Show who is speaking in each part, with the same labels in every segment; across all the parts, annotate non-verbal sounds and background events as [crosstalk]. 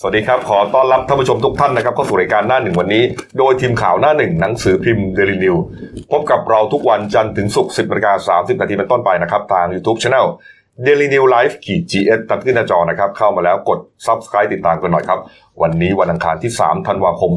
Speaker 1: สวัสดีครับ ขอต้อนรับท่านผู้ชมทุกท่านนะครับเข้าสู่รายการหน้าหนึ่งวันนี้ โดยทีมข่าวหน้าหนึ่งหนังสือพิมพ์เดลินิวพบกับเราทุกวันจันทร์ถึงศุกร์10นาฬิกา30 นาทีเป็นต้นไปนะครับ ทาง YouTube Channel Daily New Life ขีด GS ตัดขึ้นหน้าจอนะครับ เข้ามาแล้วกด Subscribe ติดตามกันหน่อยครับ วันนี้วันอังคารที่ 3 ธันวาคม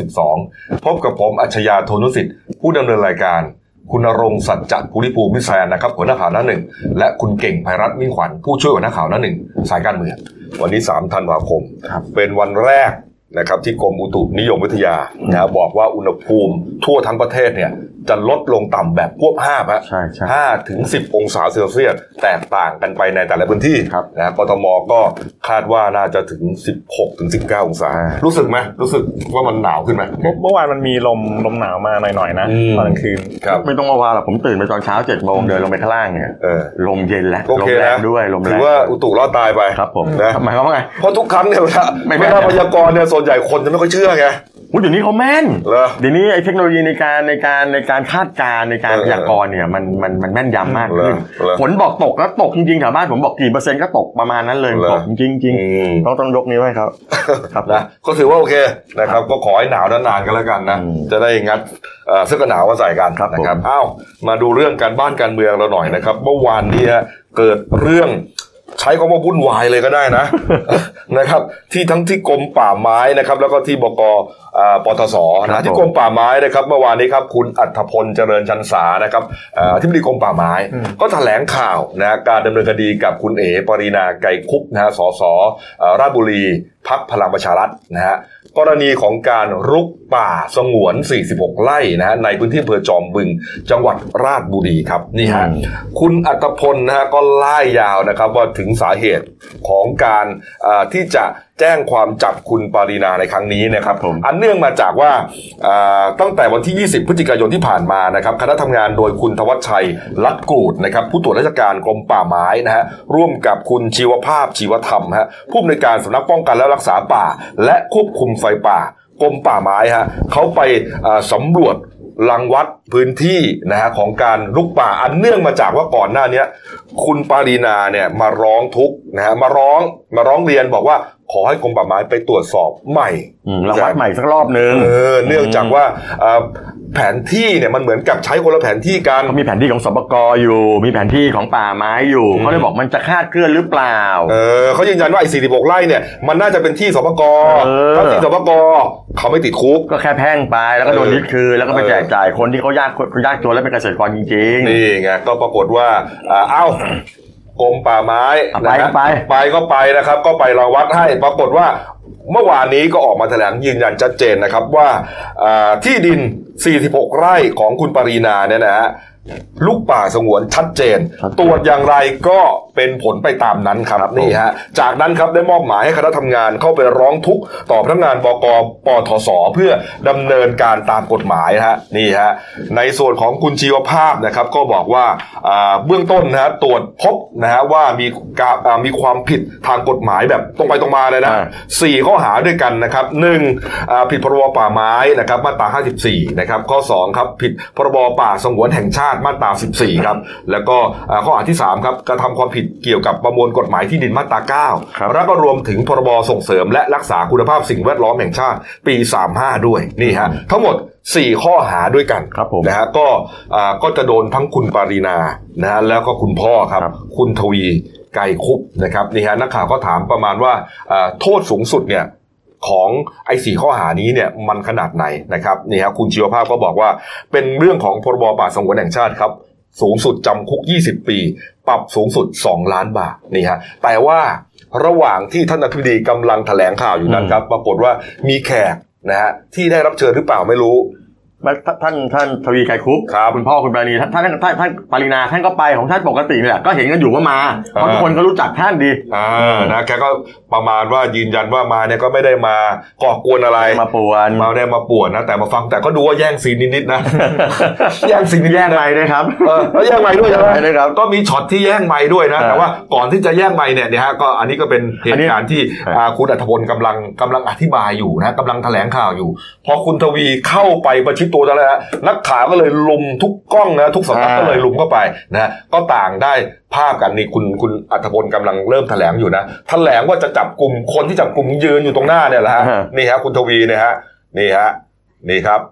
Speaker 1: 2562 พบกับผมอัจฉริยะโทนุสิทธิ์ ผู้ดำเนินรายการ คุณณรงค์สัจจภูริภูมิพิศยานะครับหัวหน้าข่าวหน้าหนึ่งและคุณเก่งภัยรัตน์มิ่งขวัญผู้ช่วยหัวหน้าข่าวหน้าหนึ่งสายการเมืองวันนี้3ธันวาคม
Speaker 2: ครับ
Speaker 1: เป็นวันแรกนะครับที่กรมอุตุนิยมวิทยานะบอกว่าอุณหภูมิทั่วทั้งประเทศเนี่ยจะลดลงต่ำแบบพวบห้าบฮะ
Speaker 2: ใช่ใช่
Speaker 1: ห้าถึงสิบองศาเซลเซียสแตกต่างกันไปในแต่ละพื้นที่
Speaker 2: ครับ
Speaker 1: นะกทมก็คาดว่าน่าจะถึง 16ถึง19 องศา
Speaker 2: อ่ารู้
Speaker 1: รู้สึกไหมรู้สึกว่ามันหนาวขึ้นไหม
Speaker 3: เมื่อเมื่อวานมันมีลมลมหนาวมาหน่อยๆนะ
Speaker 1: อืม
Speaker 3: ตอนกลางคืน
Speaker 1: ครับ
Speaker 2: ไม่ต้องมาวาหรอกผมตื่นไปตอนเช้าเจ็ดโมงเดินลงไปข้างล่างเนี่ย
Speaker 1: เออ
Speaker 2: ลมเย็นแล้ว
Speaker 1: โอ
Speaker 2: ล
Speaker 1: เค
Speaker 2: มแร
Speaker 1: นะ
Speaker 2: งด้วยลมแรง
Speaker 1: ถือว่าอุตุรอดตายไป
Speaker 2: ครับผม
Speaker 1: นะ
Speaker 2: หมายความว่าไง
Speaker 1: เพราะทุกครั้งเนี่ยเวลา
Speaker 2: ไม่
Speaker 1: เว
Speaker 2: แม่น
Speaker 1: ลาพยากรณ์เนี่ยส่วนใหญ่คนจะไม่ค่อยเชื่อไง
Speaker 2: อุ้ยเดี๋ยวนี้เขาแม่น
Speaker 1: เหรอ
Speaker 2: เดี๋ยวนี้ไอ้เทคโนโลยีในการในการในการคาดการณ์ในการ
Speaker 1: เออ
Speaker 2: พยากรณ์เนี่ยมันมันมันแม่นยำมาก
Speaker 1: เหรอ
Speaker 2: ขึ้น
Speaker 1: เหรอ
Speaker 2: ฝนบอกตกแล้วตกจริงๆแถวบ้านผมบอกกี่เปอร์เซ็นต์ก็ตกประมาณนั้นเลย
Speaker 1: เหรอ
Speaker 2: ตกจริงๆจริง
Speaker 1: อืม
Speaker 2: ๆต้องต้องยกนี้ไว้ครับ ครับ
Speaker 1: นะ
Speaker 2: นะ
Speaker 1: ก็ถือว่าโอเคนะครับก็ขอให้หนาวนานๆกันแล้วกันนะ
Speaker 2: อืม
Speaker 1: จะได้งัดเอ่อเสื้อกันหนาวมาใส่กัน
Speaker 2: ครับผม
Speaker 1: นะครับอ้าวมาดูเรื่องการบ้านการเมืองเราหน่อยนะครับเมื่อวานนี้ฮะเกิดเรื่องใช้คำว่าวุ่นวายเลยก็ได้นะ นะครับ ที่ทั้งที่กรมป่าไม้นะครับ แล้วก็ที่บกอ่าปตสนะที่กรมป่าไม้นะครับเมื่อวานนี้ครับคุณอัธพลเจริญชันสานะครับเอ่ออธิบดีกรมป่าไม้
Speaker 3: อืม
Speaker 1: ก็แถลงข่าวนะการดำเนินคดีกับคุณเอ๋ปรีนาไกรคุปนะฮะสสเอ่อราชบุรีพักพลังประชารัฐนะฮะกรณีของการรุกป่าสงวน 46 ไร่นะฮะในพื้นที่อำเภอจอมบึงจังหวัดราชบุรีครับนี่ฮะ คุณอัตพลนะฮะก็ไล่ายาวนะครับว่าถึงสาเหตุของการเอ่อที่จะแจ้งความจับคุณปารีนาในครั้งนี้นะครับ
Speaker 2: ผม
Speaker 1: อันเนื่องมาจากว่าเอ่อตั้งแต่วันที่ 20 พฤศจิกายนที่ผ่านมานะครับคณะทำงานโดยคุณธวัชชัยลัดกูดนะครับผู้ตรวจราชการกรมป่าไม้นะฮะร่วมกับคุณชีวภาพชีวธรรมฮะผู้อำนวยการสำนักป้องกันและรักษาป่า และควบคุมไฟป่ากรมป่าไม้ฮะเขาไปเอ่อสำรวจ รังวัดพื้นที่นะฮะของการลุกป่าอันเนื่องมาจากว่าก่อนหน้าเนี้ยคุณปารีนาเนี่ยมาร้องทุกข์นะฮะมาร้องมาร้องเรียนบอกว่าขอให้กรมป่าไม้ไปตรวจสอบใหม่
Speaker 2: อืมรางวัลใหม่สักรอบนึง
Speaker 1: เออเนื่องจากว่าเอ่อแผนที่เนี่ยมันเหมือนกับใช้คนละแผนที่กัน
Speaker 2: เขามีแผนที่ของสปกอยู่ มีแผนที่ของป่าไม้อยู่
Speaker 1: อืม
Speaker 2: เขาเลยบอกมันจะคาดเคลื่อนหรือเปล่า
Speaker 1: เออเขายืนยันว่าไอ้46ไร่เนี่ยมันน่าจะเป็นที่สปก
Speaker 2: เออ
Speaker 1: ถ้าที่สปกเขาไม่ติดคุก
Speaker 2: ก็แค่แพ่งไปแล้วก็โดน
Speaker 1: เออ
Speaker 2: ยึดคืนแล้วก็ไป
Speaker 1: เออ
Speaker 2: แจกจ่ายคนที่เขายากคนยากจนและเป็นเกษตรกรจริง
Speaker 1: นี่ไงก็ปรากฏว่าอ่าเอ้า กรมป่าไม้
Speaker 2: อ่ะ
Speaker 1: นะฮะ
Speaker 2: ไปก็ไป
Speaker 1: ไปก็ไปนะครับ ก็ไปรังวัดให้ปรากฏว่าเมื่อวานนี้ก็ออกมาแถลงยืนยันชัดเจนนะครับว่าอ่าที่ดิน 46 ไร่ของคุณปรีนาเนี่ยนะฮะลูกป่าสงวนชัดเจน ตรวจอย่างไรก็เป็นผลไปตามนั้นครับนี่ฮะจากนั้นครับได้มอบหมายให้คณะทำงานเข้าไปร้องทุกข์ต่อพนักงานบกปทศเพื่อดำเนินการตามกฎหมายนะฮะนี่ฮะในส่วนของคุณชีวภาพนะครับก็บอกว่าอ่าเบื้องต้นนะฮะตรวจพบนะฮะว่ามีกาอ่ามีความผิดทางกฎหมายแบบตรงไปตรงมาเลยนะ
Speaker 2: อ่า
Speaker 1: สี่ข้อหาด้วยกันนะครับหนึ่งอ่าผิดพรบป่าไม้นะครับมาตรา 54 นะครับ ข้อ 2 ครับ ผิดพรบป่าสงวนแห่งชาติมาตรา 14 ครับ แล้วก็อ่าข้อหาที่ 3 ครับกระทำความผิดเกี่ยวกับประมวลกฎหมายที่ดินมาตรา
Speaker 2: ครับ
Speaker 1: 9 แล้วก็รวมถึงพรบส่งเสริมและรักษาคุณภาพสิ่งแวดล้อมแห่งชาติปี 35 ด้วยนี่ฮะทั้งหมด 4 ข้อหาด้วยกัน
Speaker 2: ครับผม
Speaker 1: นะฮะก็อ่าก็จะโดนทั้งคุณปารีนานะฮะแล้วก็คุณพ่อครับ
Speaker 2: ครับ
Speaker 1: คุณทวีไกรคุปนะครับนี่ฮะนักข่าวก็ถามประมาณว่าอ่าโทษสูงสุดเนี่ยของไอ้สี่ข้อหานี้เนี่ยมันขนาดไหนนะครับนี่ฮะคุณชีวภาพก็บอกว่าเป็นเรื่องของพรบป่าสงวนแห่งชาติครับ สูงสุดจำคุก 20 ปี ปรับสูงสุด 2 ล้านบาทนี่ฮะแต่ว่าระหว่างที่ท่านอธิบดีกำลังถแถลงข่าวอยู่นั้นครับปรากฏว่ามีแขกนะฮะที่ได้รับเชิญหรือเปล่าไม่รู้
Speaker 2: แล้วท่านท่านท่านทวีไกรคุป
Speaker 1: ครับ
Speaker 2: ณพ่อคุณปรานีท่านท่านท่านท่านปรินาท่านก็ไปของท่านปกตินี่แหละก็เห็นกันอยู่ว่ามาเพราะ
Speaker 1: อ่า
Speaker 2: ทุกคนก็รู้จักท่านดี
Speaker 1: อ่านะแกก็ประมาณว่ายืนยันว่ามาเนี่ยก็ไม่ได้มาก่อกวนอะไร
Speaker 2: มาป่วน
Speaker 1: มาได้มาป่วนนะ แต่มาฟังแต่ก็ดูว่าแย่งซีนนิดๆ [laughs] นะ แย่งซีนนิด
Speaker 2: แย่ง
Speaker 1: ๆนะ
Speaker 2: ไรด้วยครับ
Speaker 1: เออแล้วแย่งไม้ด้วยใช่ไหม
Speaker 2: แย่งไมค์ด้วยครับ
Speaker 1: ก็มีช็อตที่แย่งไม้ด้วยนะ
Speaker 2: อ่า
Speaker 1: แต่ว่าก่อนที่จะแย่งไม้เนี่ยนะฮะก็อันนี้ก็เป็นเห
Speaker 2: อั
Speaker 1: ตุ
Speaker 2: นนี้
Speaker 1: การณ์ที่
Speaker 2: อ่า
Speaker 1: อ่าคุณอัธพลกำลังกำลังอธิบายอยู่นะกำลังแถลงข่าวอยู่ พอคุณทวีเข้าไปประชิด ตัวเท่านั้นฮะนักข่าวก็เลยลุมทุกกล้องนะทุกสำนัก
Speaker 2: อ่า
Speaker 1: ก็เลยลุมเข้าไปนะฮะก็ต่างได้ภาพกันนี่คุณคุณอัธพลกำลังเริ่มแถลงอยู่นะแถลงว่าจะจับกลุ่มคนที่จับกลุ่มยืนอยู่ตรงหน้าเนี่ยแหละฮะ
Speaker 2: อ่าฮะ
Speaker 1: นี่ฮะคุณทวีเนี่ยฮะนี่ฮะนี่ครับ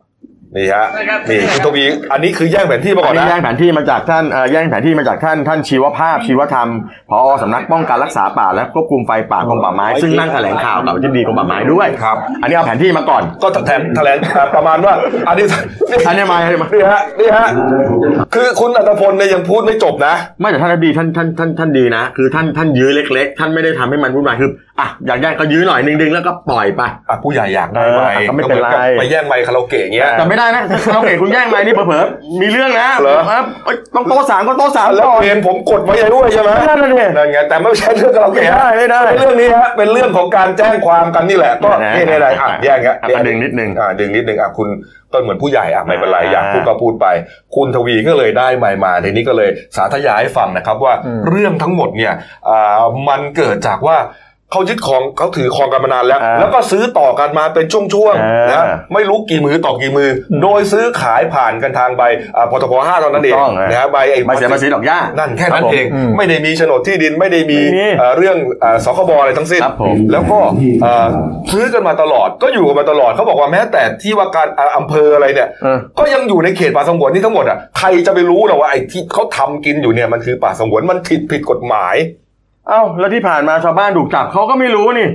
Speaker 1: นี่ฮะนี่คุณทวีอันนี้คือแย่งแผนที่มาก่อ
Speaker 2: อั
Speaker 1: น น
Speaker 2: นี้
Speaker 1: นะ
Speaker 2: แย่งแผนที่มาจากท่านเอ่อแย่งแผนที่มาจากท่านท่านชีวภาพชีวธรรมพอสำนักป้องกันรักษาป่าและควบคุมไฟป่ากรมป่าไม้ซึ่งนั่งแถลงข่าวกับที่ดีกรมป่าไม้ด้วย
Speaker 1: ครับ
Speaker 2: อันนี้เอาแผนที่มาก่อน
Speaker 1: ก็แถลงแถลงประมาณว่าอันนี้นี่
Speaker 2: อันนี้มาอันนี้มา
Speaker 1: นี่ฮะนี่ฮะคือคุณอัตพลเนี่ยยังพูดไม่จบนะ
Speaker 2: ไม่แต่ท่านอดีตท่านท่านท่านท่านดีนะ คือท่านท่านยื้อเล็ก ๆ ท่านไม่ได้ทำให้มันวุ่นวายคืออ่ะอยากได้ก็ยื้อหน่อยดึงๆแล้วก็ปล่อยไป
Speaker 1: อ่ะผู้ใหญ่อยากได้
Speaker 2: เออ
Speaker 1: ไม
Speaker 2: ก็ไม่เป็นไร
Speaker 1: หอกับไปแย่งไมค์คาราโอเกะอย่างเงี้ย
Speaker 2: แต่ไม่ได้นะคาราโอเกะคุณแย่งไมค์นี่เผลอๆมีเรื่องนะ
Speaker 1: เหรอ
Speaker 2: ครับเอ้ยต้องโต๊ะสามก็โต๊ะสาม
Speaker 1: แล้ว
Speaker 2: ก่อน
Speaker 1: เพลงผมกดไว้ด้วยใช่ไหม
Speaker 2: นั่นน่ะดิ
Speaker 1: นั่นไงแต่ไม่ใช่เรื่องคาราโอ
Speaker 2: ไม่
Speaker 1: เกะ
Speaker 2: ได้
Speaker 1: ฮะ
Speaker 2: ไม่ได้
Speaker 1: เป็นเรื่องนี้ฮะเป็นเรื่องของการแจ้งความกันนี่แหละก็
Speaker 2: นะ
Speaker 1: นี่นี่อะไรอ่ะแย่งเงี้ย
Speaker 2: อ่ะ
Speaker 1: แย่
Speaker 2: ดึงนิดนึง
Speaker 1: อ่ะดึงนิดนึงอ่ะคุณก็เหมือนผู้ใหญ่อ่ะไม่เป็นไร
Speaker 2: อ่า
Speaker 1: อยากพูดก็พูดไป คุณทวีก็เลยได้ไมค์มาทีนี้ก็เลยสาธยายให้ฟังนะครับว่า
Speaker 3: อืม
Speaker 1: เรื่องทั้งหมดเนี่ยอ่ามันเกิดจากว่าเขายึดของเขาถือครองกันมานานแล้ว
Speaker 2: อ่า
Speaker 1: แล้วก็ซื้อต่อกันมาเป็นช่วงๆ
Speaker 2: อ่า
Speaker 1: นะไม่รู้กี่มือต่อกี่มืออโดยซื้อขายผ่านกันทางใบอ่าพทพห้าตอนนั้นเอง
Speaker 2: ถูกต้องฮะ
Speaker 1: นะฮะใบไอ้
Speaker 2: ไม่เสียภาษีดอกหญ้า
Speaker 1: นั่นแค่นั้นเอง
Speaker 3: ครับผมอืม
Speaker 1: ไม่ได้มีโฉนดที่ดินไม่ได้มี
Speaker 2: ไม่มี
Speaker 1: เอ่อเรื่องเอ่อสคบอะไรทั้งสิ้น
Speaker 2: ครับผม
Speaker 1: แล้วก็เอ่อซื้อกันมาตลอดก็อยู่กันมาตลอดเขาบอกว่าแม้แต่ที่ว่าการอ่ะอำเภออะไรเนี่ย
Speaker 2: เออ
Speaker 1: ก็ยังอยู่ในเขตป่าสงวนนี่ทั้งหมดอ่ะใครจะไปรู้หรอว่าไอ้ที่เขาทำกินอยู่เนี่ยมันคือป่าสงวนมันผิดผิดกฎหมาย
Speaker 2: เอ้าแล้วที่ผ่านมาชาวบ้านถูกจับเขาก็ไม่รู้นี่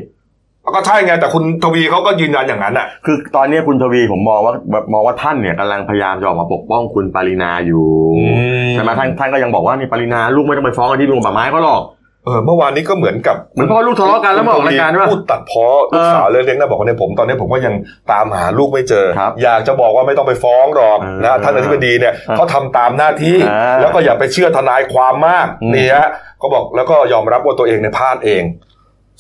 Speaker 1: ก็ใช่ไงแต่คุณทวีเขาก็ยืนยันอย่างนั้นอ่ะ
Speaker 2: คือตอนนี้คุณทวีผมมองว่าแบบมองว่าท่านเนี่ยกำลังพยายามจะออกมาปกป้องคุณปารินาอยู่
Speaker 1: อืม
Speaker 2: ใช่ไหมท่านท่านก็ยังบอกว่านี่ปารินาลูกไม่ต้องไปฟ้องกันที่โรงป่าไม้เขาหรอก
Speaker 1: เออเมื่อวานนี้ก็เหมือนกับ
Speaker 2: เหมือนพ่อลูกทะเลาะกันแล้วมาออกรายการว่า
Speaker 1: พูดตัดพ้อลูกสาวเลยเลี้ยงนะบอกว่าในยผมตอนนี้ผมก็ยังตามหาลูกไม่เจอ
Speaker 2: ครับ
Speaker 1: อยากจะบอกว่าไม่ต้องไปฟ้องหรอก
Speaker 2: เออ
Speaker 1: นะท่านอธิบดีเนี่ย
Speaker 2: อ่า
Speaker 1: เขาทำตามหน้าที่
Speaker 2: อ่า
Speaker 1: แล้วก็อย่าไปเชื่อทนายความมาก
Speaker 2: อืม
Speaker 1: นี่ฮะก็บอกแล้วก็ยอมรับว่าตัวเองเนี่ยพลาดเอง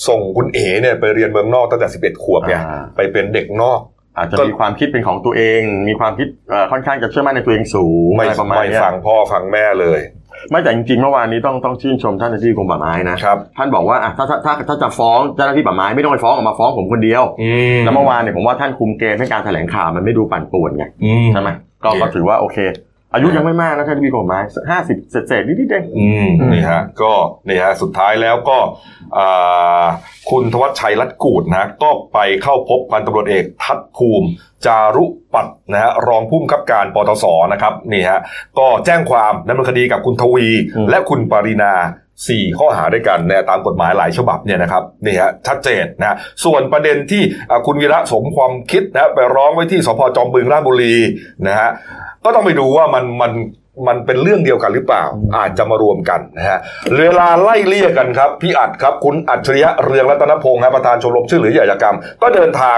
Speaker 1: ส่งคุณเอ๋เนี่ยไปเรียนเมืองนอกตั้งแต่ 11 ขวบเนี่ยไปเป็นเด็กนอก
Speaker 2: อาจจะ
Speaker 1: ก็
Speaker 2: มีความคิดเป็นของตัวเอง มีความคิดเอ่อค่อนข้างจะเชื่อมั่นในตัวเองสูง
Speaker 1: ไม่
Speaker 2: อะไรประมาณ
Speaker 1: ไม่
Speaker 2: เนี้ย
Speaker 1: ฟังพ่อฟังแม่เลย
Speaker 2: ไม่แต่จริงๆเมื่อวานนี้ต้องต้องชื่นชมท่านที่กรมป่าไม้นะครับ ท่านบอกว่าอ่ะถ้าถ้าถ้าถ้าจะฟ้องเจ้าหน้าที่ป่าไม้ไม่ต้องไปฟ้องออกมาฟ้องผมคนเดียว
Speaker 1: อืม
Speaker 2: แล้วเมื่อวานเนี่ยผมว่าท่านคุมเกมให้การแถลงข่าวมันไม่ดูปั่นป่วนไง
Speaker 1: อืม
Speaker 2: ใช่ไหมก็
Speaker 1: โอเค
Speaker 2: ก็ถือว่าโอเค อายุยังไม่มากนะท่านพี่กฎหมายห้าสิบเศษๆนิดๆเอง
Speaker 1: อืมนี่ฮะก็นี่ฮะสุดท้ายแล้วก็อ่าคุณธวัชชัยรัตน์กูดนะก็ไปเข้าพบพันตำรวจเอกทัศภูมิ จารุปัตย์นะฮะรองผู้บังคับการปตสนะครับนี่ฮะก็แจ้งความดำเนินคดีกับคุณทวี และคุณปรินาสี่ข้อหาด้วยกันนะตามกฎหมายหลายฉบับเนี่ยนะครับนี่ฮะชัดเจนนะส่วนประเด็นที่อ่าคุณวีระสมความคิดนะไปร้องไว้ที่สพจอมบึงราชบุรีนะฮะ ก็ต้องไปดูว่ามันมันมันเป็นเรื่องเดียวกันหรือเปล่า อาจจะมารวมกันนะฮะเวลาไล่เลี่ยกันครับ พี่อัดครับ คุณอัจฉริยะเรืองรัตนพงศ์นะประธานชมรมช่วยเหลือเหยื่ออาชญากรรม ก็เดินทาง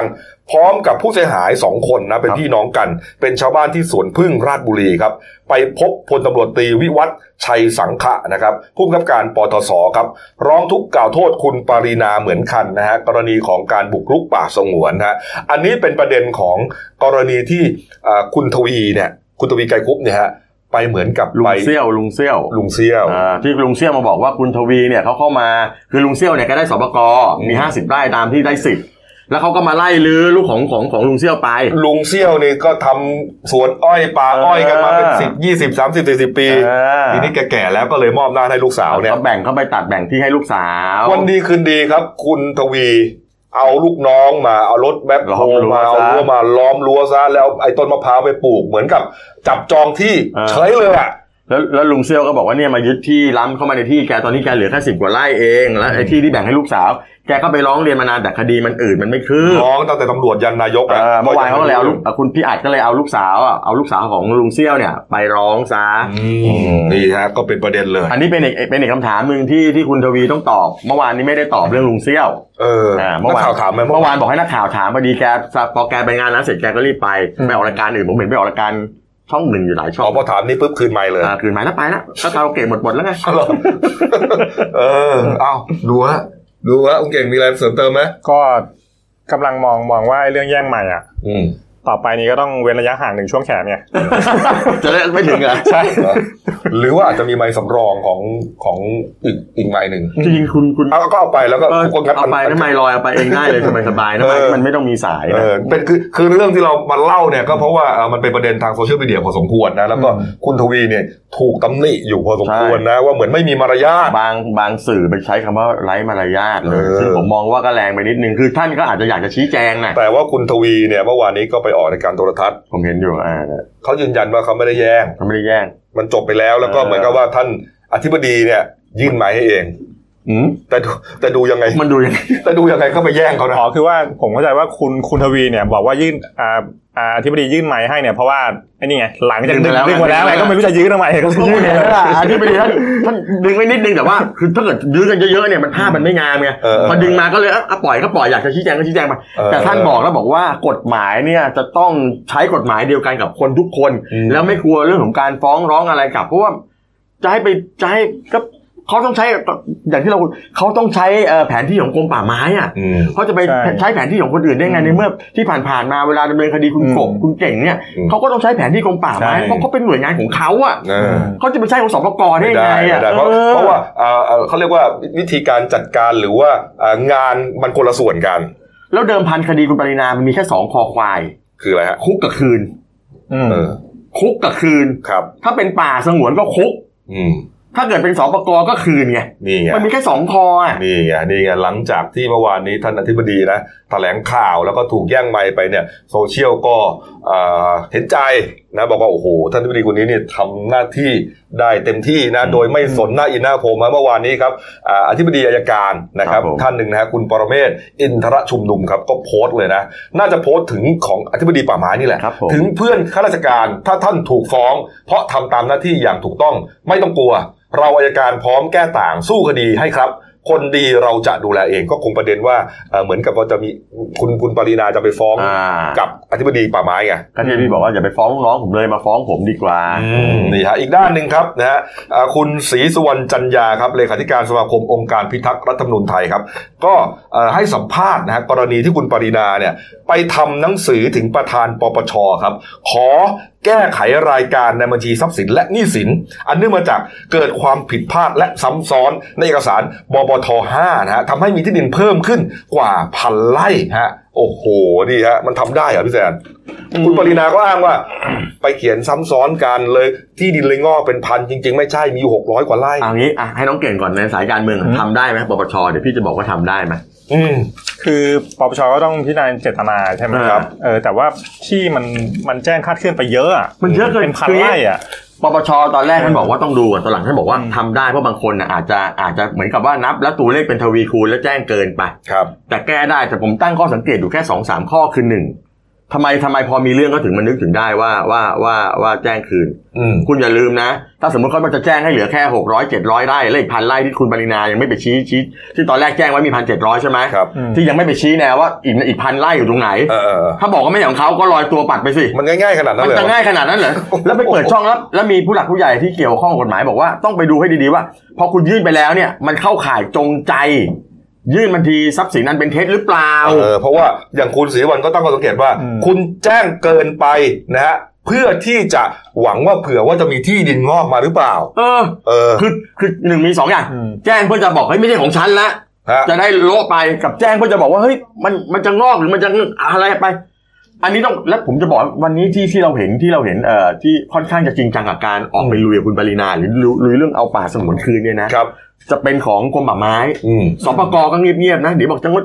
Speaker 1: พร้อมกับผู้เสียหายสองคนนะเป็นพี่น้องกัน เป็นชาวบ้านที่สวนพึ่งราชบุรีครับ ไปพบพลตำรวจตรีวิวัฒน์ชัยสังขะนะครับผู้บังคับการปตสครับ ร้องทุกข์กล่าวโทษคุณปารีนาเหมือนกันนะฮะกรณีของการบุกรุกป่าสงวนนะฮะอันนี้เป็นประเด็นของกรณีที่อ่าคุณทวีเนี่ยคุณทวีไกรคุปเนี่ยฮะไปเหมือนกับ
Speaker 2: ลุ
Speaker 1: ไป
Speaker 2: งเซี่ยวลุงเซี่ยว
Speaker 1: ลุงเซี่ยว
Speaker 2: อ่าที่ลุงเซี่ยวมาบอกว่าคุณทวีเนี่ยเขาเข้ามาคือลุงเซี่ยวเนี่ยแก็ได้สบกมี
Speaker 1: อืม
Speaker 2: ห้าสิบไร่ตามที่ได้สิบแล้วเขาก็มาไล่ลือลูกของของของลุงเซี่ยวไป
Speaker 1: ลุงเซี่ยวนี่ก็ทำสวนอ้อยป่าอ้อยกันมาเป็น
Speaker 2: เออ
Speaker 1: สิบยี่สิบสามสิบสี่สิบปี ทีนี้แกแก่แล้วก็เลยมอบหน้าให้ลูกสาวเนี่ย
Speaker 2: ก็แบ่งเข้าไปตัดแบ่งที่ให้ลูกสาว
Speaker 1: วันดีคืนดีครับ คุณทวี เอาลูกน้องมาเอารถแบ็ค
Speaker 2: ล้
Speaker 1: โฮ
Speaker 2: อมรั้ว
Speaker 1: มาเอา
Speaker 2: ซะ
Speaker 1: รั้วมาล้อมรั้วซะแล้วไอ้ต้นมะพร้าวไปปลูกเหมือนกับ จับจองที่
Speaker 2: เออ
Speaker 1: เฉยเลยอ่ะ
Speaker 2: แล้วแล้วลุงเซี่ยวก็บอกว่าเนี่ยมายึดที่ล้ำเข้ามาในที่แกตอนนี้แกเหลือแค่สิบกว่าไร่เองแล้วไอ้ที่ที่แบ่งให้ลูกสาว แกก็ไปร้องเรียนมานานแต่คดีมันอืดมันไม่คืบ
Speaker 1: น้องตั้งแต่ตำรวจยันนายก
Speaker 2: เออเมื่อวานเขาก็เลยเอาลูกเอ่อคุณพี่อัดก็เลยเอาลูกสาวอ่ะเอาลูกสาวของลุงเซี่ยวเนี่ยไปร้องซะ
Speaker 1: อืมนี่ฮะก็เป็นประเด็นเลย
Speaker 2: [laughs] อันนี้เป็นอีกเป็นอีกคำถามหนึ่งที่ที่คุณทวีต้องตอบ เมื่อวานนี้ไม่ได้ตอบเรื่องลุงเซี่ยว
Speaker 1: เออ
Speaker 2: อ่า
Speaker 1: นักข่าวถามไหม
Speaker 2: เมื่อวานบอกให้นักข่าวถามพอดีแกพอแกไปงานนั้นเสร็จแกก็รีบไป
Speaker 3: อืม
Speaker 2: ไปออกรายการอื่นผมเห็นไปออกรายการช่องหนึ่งอยู่หลายช่
Speaker 1: อ๋
Speaker 2: อ
Speaker 1: อง พอถามนี่ปุ๊บคืนไม่เลย
Speaker 2: อ่าคืนมาแล้วไปแล้วก็คาราโอเกะหมดหมดแล้วไง [laughs]
Speaker 1: เออเอาดูฮะดูฮะคุณเก่งมีอะไรเสริมเติมไหม
Speaker 3: ก็กำลังมองมองว่าไอ้เรื่องแย่งใหม่อ่ะ
Speaker 1: อืม
Speaker 3: ต่อไปนี้ก็ต้องเว้นระยะห่างหนึ่งช่วงแขนไง
Speaker 2: จะได้ไม่ถึงเหรอ่ะ
Speaker 3: ใช่
Speaker 1: นะหรือว่าอาจจะมีไม้สำรองของของอีกอีกไม้หนึ่ง
Speaker 2: จริงๆคุณคุณ
Speaker 1: เอาก็เอาไปแล้วก็
Speaker 2: ก็
Speaker 1: ก็งัดมั
Speaker 2: เอา
Speaker 1: น
Speaker 2: ไปน้ำไมลอยเอาไปเองได้เลยสบายสบายๆน้ำไม
Speaker 1: เออ
Speaker 2: มันไม่ต้องมีสาย
Speaker 1: เอ
Speaker 2: นะ
Speaker 1: อเป็นคือคือเรื่องที่เรามาเล่าเนี่ยก็เพราะว่าเอ่อมันเป็นประเด็นทางโซเชียลมีเดียพอสมควรนะแล้วก็
Speaker 3: อืม
Speaker 1: คุณทวีเนี่ยถูกตำหนิอยู่พอสม
Speaker 2: ใช่
Speaker 1: ควรนะว่าเหมือนไม่มีมารยาท
Speaker 2: บางบางสื่อไปใช้คำว่าไร้มารยาทเลย
Speaker 1: เออ
Speaker 2: ซึ่งผมมองว่าก็แรงไปนิดนึงคือท่านก็อาจจะอยากจะชี้แจงนะ
Speaker 1: แต่ว่าคุณทวีเนี่ยเมื่อวานนี้ก็ไปออกในการโทรทัศน์
Speaker 2: ผมเห็นอยู่อ่า
Speaker 1: เขายืนยันว่าเขาไม่ได้แย่ง
Speaker 2: เขาไม่ได้แย่ง
Speaker 1: มันจบไปแล้วแล้วก็
Speaker 2: เออ
Speaker 1: เหมือนกับว่าท่านอธิบดีเนี่ยยื่นหมายให้เอง
Speaker 2: อืม
Speaker 1: แต่ดูแต่ดูยังไง
Speaker 2: มันดูยังไง
Speaker 1: แต่ดูยังไงก็ไปแย่งเขานะ
Speaker 3: อ๋อคือว่าผมเข้าใจว่าคุณคุณทวีเนี่ยบอกว่ายื่นอ่าอ่าที่พอดียื่นไม้ให้เนี่ยเพราะว่าไอ้นี่ไงหลังจากดึง
Speaker 2: ยื่
Speaker 3: ดึง
Speaker 2: นไป
Speaker 3: มา
Speaker 2: แล้
Speaker 3: แล้ว วไงก็ไม่รู้จะยื้อทำไมก็เลยยื่น
Speaker 2: เห็นไหมล่ะอธิบดีท่านท่านดึงไว้นิดนึงแต่ว่าคือถ้าเกิดยื้อกันเยอะๆเนี่ยมันภาพมันไม่งามไง
Speaker 1: เออ
Speaker 2: พอดึงมาก็เลยเอ่ะปล่อยก็ปล่อยอยากจะชี้แจงก็ชี้แจงไป
Speaker 1: เออ
Speaker 2: แต่ท่านบอกแล้วบอกว่ากฎหมายเนี่ยจะต้องใช้กฎหมายเดียวกันกับคนทุกคน
Speaker 1: อืม
Speaker 2: แล้วไม่กลัวเรื่องของการฟ้องร้องอะไรกลับเพราะว่าจะให้ไปจะให้ก็เขาต้องใช้อย่างที่เราเขาต้องใช้เอ่อแผนที่ของกรมป่าไม้อะ
Speaker 1: อืม
Speaker 2: เขาจะไป
Speaker 3: ใช่
Speaker 2: ใช้แผนที่ของคนอื่นได้ไง
Speaker 3: อืม
Speaker 2: ในเมื่อที่ผ่านๆมาเวลาดำเนินคดีคุณ
Speaker 3: อืม
Speaker 2: กบคุณเก่งเนี่ย
Speaker 1: อืม
Speaker 2: เขาก็ต้องใช้แผนที่กรมป่าไม้
Speaker 3: ใช่
Speaker 2: เพราะเขาเป็นหน่วยงานของเขาอ่ะ
Speaker 1: เออ
Speaker 2: เขาจะไปใช้ของสปกได้
Speaker 1: ไม่
Speaker 2: ยัง
Speaker 1: ได้ไม่
Speaker 2: ไงอ่ะ
Speaker 1: ได้เพราะ
Speaker 2: ออ
Speaker 1: เพราะว่าเอ่อเอ่อเขาเรียกว่าวิธีการจัดการหรือว่าเอ่องานมันคนละส่วนกัน
Speaker 2: แล้วเดิมพันคดีคุณปรินามันมีแค่สองคอควาย
Speaker 1: คืออะไรฮะ
Speaker 2: คุกกับคืน
Speaker 3: อืม
Speaker 1: เออ
Speaker 2: คุกกับคืน
Speaker 1: ครับ
Speaker 2: ถ้าเป็นป่าสงวนก็คุก
Speaker 1: อืม
Speaker 2: ถ้าเกิดเป็นสปกก็คืนไง
Speaker 1: นี่ไง
Speaker 2: มันมีแค่สองคออ่ะ
Speaker 1: นี่ไงนี่ไงหลังจากที่เมื่อวานนี้ท่านอธิบดีนะแถลงข่าวแล้วก็ถูกแย่งไมค์ไปเนี่ยโซเชียลก็เอ่อเห็นใจนะบอกว่าโอ้โหท่านอธิบดีคนนี้เนี่ยทำหน้าที่ได้เต็มที่นะโดยไม่สนหน้าอินหน้าผมนะเมื่อวานนี้ครับอ่าอธิบดีอายการนะครับ ท่านหนึ่งนะฮะคุณปรเมศวร์อินทรชุมนุมครับก็โพสต์เลยนะ น่าจะโพสต์ถึงของอธิบดีป่าไม้นี่แหละ
Speaker 2: ครับผม
Speaker 1: ถึงเพื่อนข้าราชการถ้าท่านถูกฟ้อง เพราะทำตามหน้าที่อย่างถูกต้องไม่ต้องกลัว เราอายการพร้อมแก้ต่างสู้คดีให้ครับ คนดีเราจะดูแลเองก็คงประเด็นว่าเอ่อเหมือนกับว่าจะมีคุณคุณปรินาจะไปฟ้อง
Speaker 2: อ่า
Speaker 1: กับอธิบดีป่าไม้ไง
Speaker 2: ก็ที่พี่บอกว่าอย่าไปฟ้องน้องผมเลยมาฟ้องผมดีกว่า
Speaker 1: นี่ฮะอีกด้านหนึ่งครับนะฮะเอ่อคุณศรีสุวรรณจันยาครับเลขาธิการสมาคมองค์การพิทักษ์รัฐธรรมนูญไทยครับ ก็เอ่อให้สัมภาษณ์นะฮะกรณีที่คุณปรินาเนี่ยไปทำหนังสือถึงประธานปปชครับ ขอแก้ไขรายการในบัญชีทรัพย์สินและหนี้สิน อันเนื่องมาจากเกิดความผิดพลาดและซ้ำซ้อนในเอกสารบปท5นะฮะทำให้มีที่ดินเพิ่มขึ้นกว่าพันไร่ฮะ โอ้โหนี่ฮะมันทำได้เหรอพี่แซนคุณปรินาก็อ้างว่า ไปเขียนซ้ำซ้อนกันเลยที่ดินเลยงอกเป็นพันจริง ๆ ไม่ใช่มีหกร้อยกว่าไร่
Speaker 2: เอางี้อ่ะให้น้องเก่งก่อนในสายการเมืองอ่ะ
Speaker 3: อืม
Speaker 2: ทำได้ไหมปปชเดี๋ยวพี่จะบอกว่าทำได้ไหม
Speaker 1: อืม
Speaker 3: คือปปชก็ต้องพิจารณาเจตนาใช่ไหม
Speaker 2: ครับ
Speaker 3: เออแต่ว่าที่มันมันแจ้งคาดเคลื่อนไปเยอะอะ
Speaker 2: มันเยอะเกิน
Speaker 3: เป็นพันไร่อ่ะ
Speaker 2: ปปชตอนแรกท่านบอกว่าต้องดูก่อนตอนหลังท่านบอกว่า
Speaker 3: อืม
Speaker 2: ทำได้เพราะบางคนน่ะอาจจะอาจจะเหมือนกับว่านับ แล้วตัวเลขเป็นทวีคูณแล้วแจ้งเกินไป
Speaker 1: ครับ
Speaker 2: แต่แก้ได้แต่ผมตั้งข้อสังเกตอยู่แค่สองสามข้อคือหนึ่งทำไมทำไมพอมีเรื่องก็ถึงมันนึกถึงได้ว่าว่าว่าว่าแจ้งคืน
Speaker 1: อืม
Speaker 2: คุณอย่าลืมนะ ถ้าสมมติเขาจะแจ้งให้เหลือแค่หกร้อยเจ็ดร้อยไร่และอีกพันไร่ที่คุณปรินายังไม่ไปชี้ชี้ที่ตอนแรกแจ้งไว้มีพันเจ็ดร้อยใช่ไหม
Speaker 1: ครับ
Speaker 3: อืม
Speaker 2: ที่ยังไม่ไปชี้แนวว่าอีกอีกพันไร่อยู่ตรงไหน
Speaker 1: เออเออ
Speaker 2: ถ้าบอกว่าไม่ใช่ของเขาก็ลอยตัวปัดไปสิ
Speaker 1: มันง่ายๆขนาดนั้น
Speaker 2: มัน
Speaker 1: เลยเหร
Speaker 2: จะ
Speaker 1: อ
Speaker 2: ง่ายขนาดนั้นเหรอ แล้วไปเปิดช่องแล้วแล้วมีผู้หลักผู้ใหญ่ที่เกี่ยวข้องกฎหมายบอกว่าต้องไปดูให้ดีๆว่า พอคุณยื่นไปแล้วเนี่ย มันเข้าข่ายจงใจ ยื่นบัญชีทรัพย์สินนั้นเป็นเท็จหรือเปล่า
Speaker 1: เออเพราะว่าอย่างคุณศรีวันก็ตั้งข้อสังเกตว่า
Speaker 3: อืม
Speaker 1: คุณแจ้งเกินไปนะฮะเพื่อที่จะหวังว่าเผื่อว่าจะมีที่ดินงอกมาหรือเปล่า
Speaker 2: เออ
Speaker 1: เออ
Speaker 2: คือคือหนึ่งมีสองอย่าง
Speaker 3: อืม
Speaker 2: แจ้งเพื่อจะบอกเฮ้ยไม่ใช่ของฉันละ
Speaker 1: ฮะ
Speaker 2: จะได้โละไปกับแจ้งเพื่อจะบอกว่าเฮ้ยมันมันจะงอกหรือมันจะอะไรไป อันนี้ต้องและผมจะบอกวันนี้ที่ที่เราเห็นที่เราเห็นเอ่อที่ค่อนข้างจะจริงจังกับการออกไปลุยกับคุณปรินาหรือลุยลุยเรื่องเอาป่าสงวนคืนเนี่ยนะครับ จะเป็นของกรมป่าไม้
Speaker 1: อืม
Speaker 2: สปกก็เงียบๆนะเดี๋ยวบอกจะงด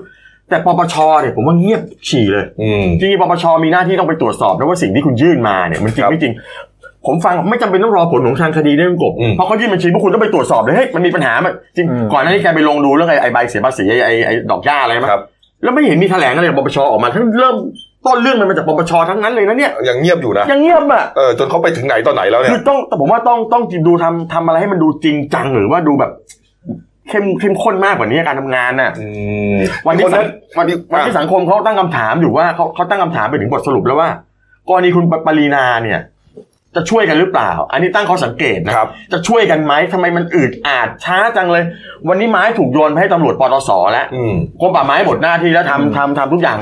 Speaker 2: แต่ปปชเนี่ยผมว่าเงียบฉี่เลย
Speaker 1: อืม
Speaker 2: จริงๆปปชมีหน้าที่ต้องไปตรวจสอบนะว่าสิ่งที่คุณยื่นมาเนี่ยมันจ
Speaker 1: ค
Speaker 2: ริง
Speaker 1: รับ
Speaker 2: ไม่จริง ผมฟังไม่จำเป็นต้องรอผลของทางคดีด้วยคุณกบ
Speaker 1: อืม
Speaker 2: เพราะเขายื่นบัญชีพวกคุณต้องไปตรวจสอบเลยเฮ้ยมันมีปัญหามันจริง
Speaker 3: อืม
Speaker 2: ก่อนหน้านี้แกไปลงดูเรื่องไอ้ไอ้ใบเสียภาษีไอ้ไอ้ไอ้ดอกหญ้าอะไรมั้ย
Speaker 1: ครับ
Speaker 2: แล้วไม่เห็นมีแถลงอะไรจากปปชออกมาทั้งเริ่มต้นเรื่องมันมาจากปปชทั้งนั้นเลยนะเนี่ย
Speaker 1: ยังเงียบอยู่นะ
Speaker 2: ยังเงียบอ่ะ
Speaker 1: เออจนเขาไปถึงไหนตอนไหนแล้วเนี่
Speaker 2: คื
Speaker 1: ย
Speaker 2: อต้องแต่ผมว่าต้องต้องดูทำทำอะไรให้มันดูจริงจังหรือว่าดูแบบเข้มเข้มข้นมากกว่านี้การทำงานน่ะ
Speaker 1: อืม
Speaker 2: วันนี้
Speaker 1: ค
Speaker 2: สั
Speaker 1: นั้
Speaker 2: ง
Speaker 1: น
Speaker 2: วันนี้วันที่สังคมเขาตั้งคำถามอยู่ว่าเขาเขาตั้งคำถามไปถึงบทสรุปแล้วว่ากรณีคุณปรีนาเนี่ย จะช่วยกันหรือเปล่า อันนี้ตั้งข้อสังเกตนะครับ จะช่วยกันไหมทำไมมันอืดอาดช้าจังเลย วันนี้ไม้ถูกโยนไปให้ตำรวจปตสแล้ว
Speaker 1: อืม
Speaker 2: กรมป่าไม้หมดหน้าที่แล้วทำทำทำทุกอย่าง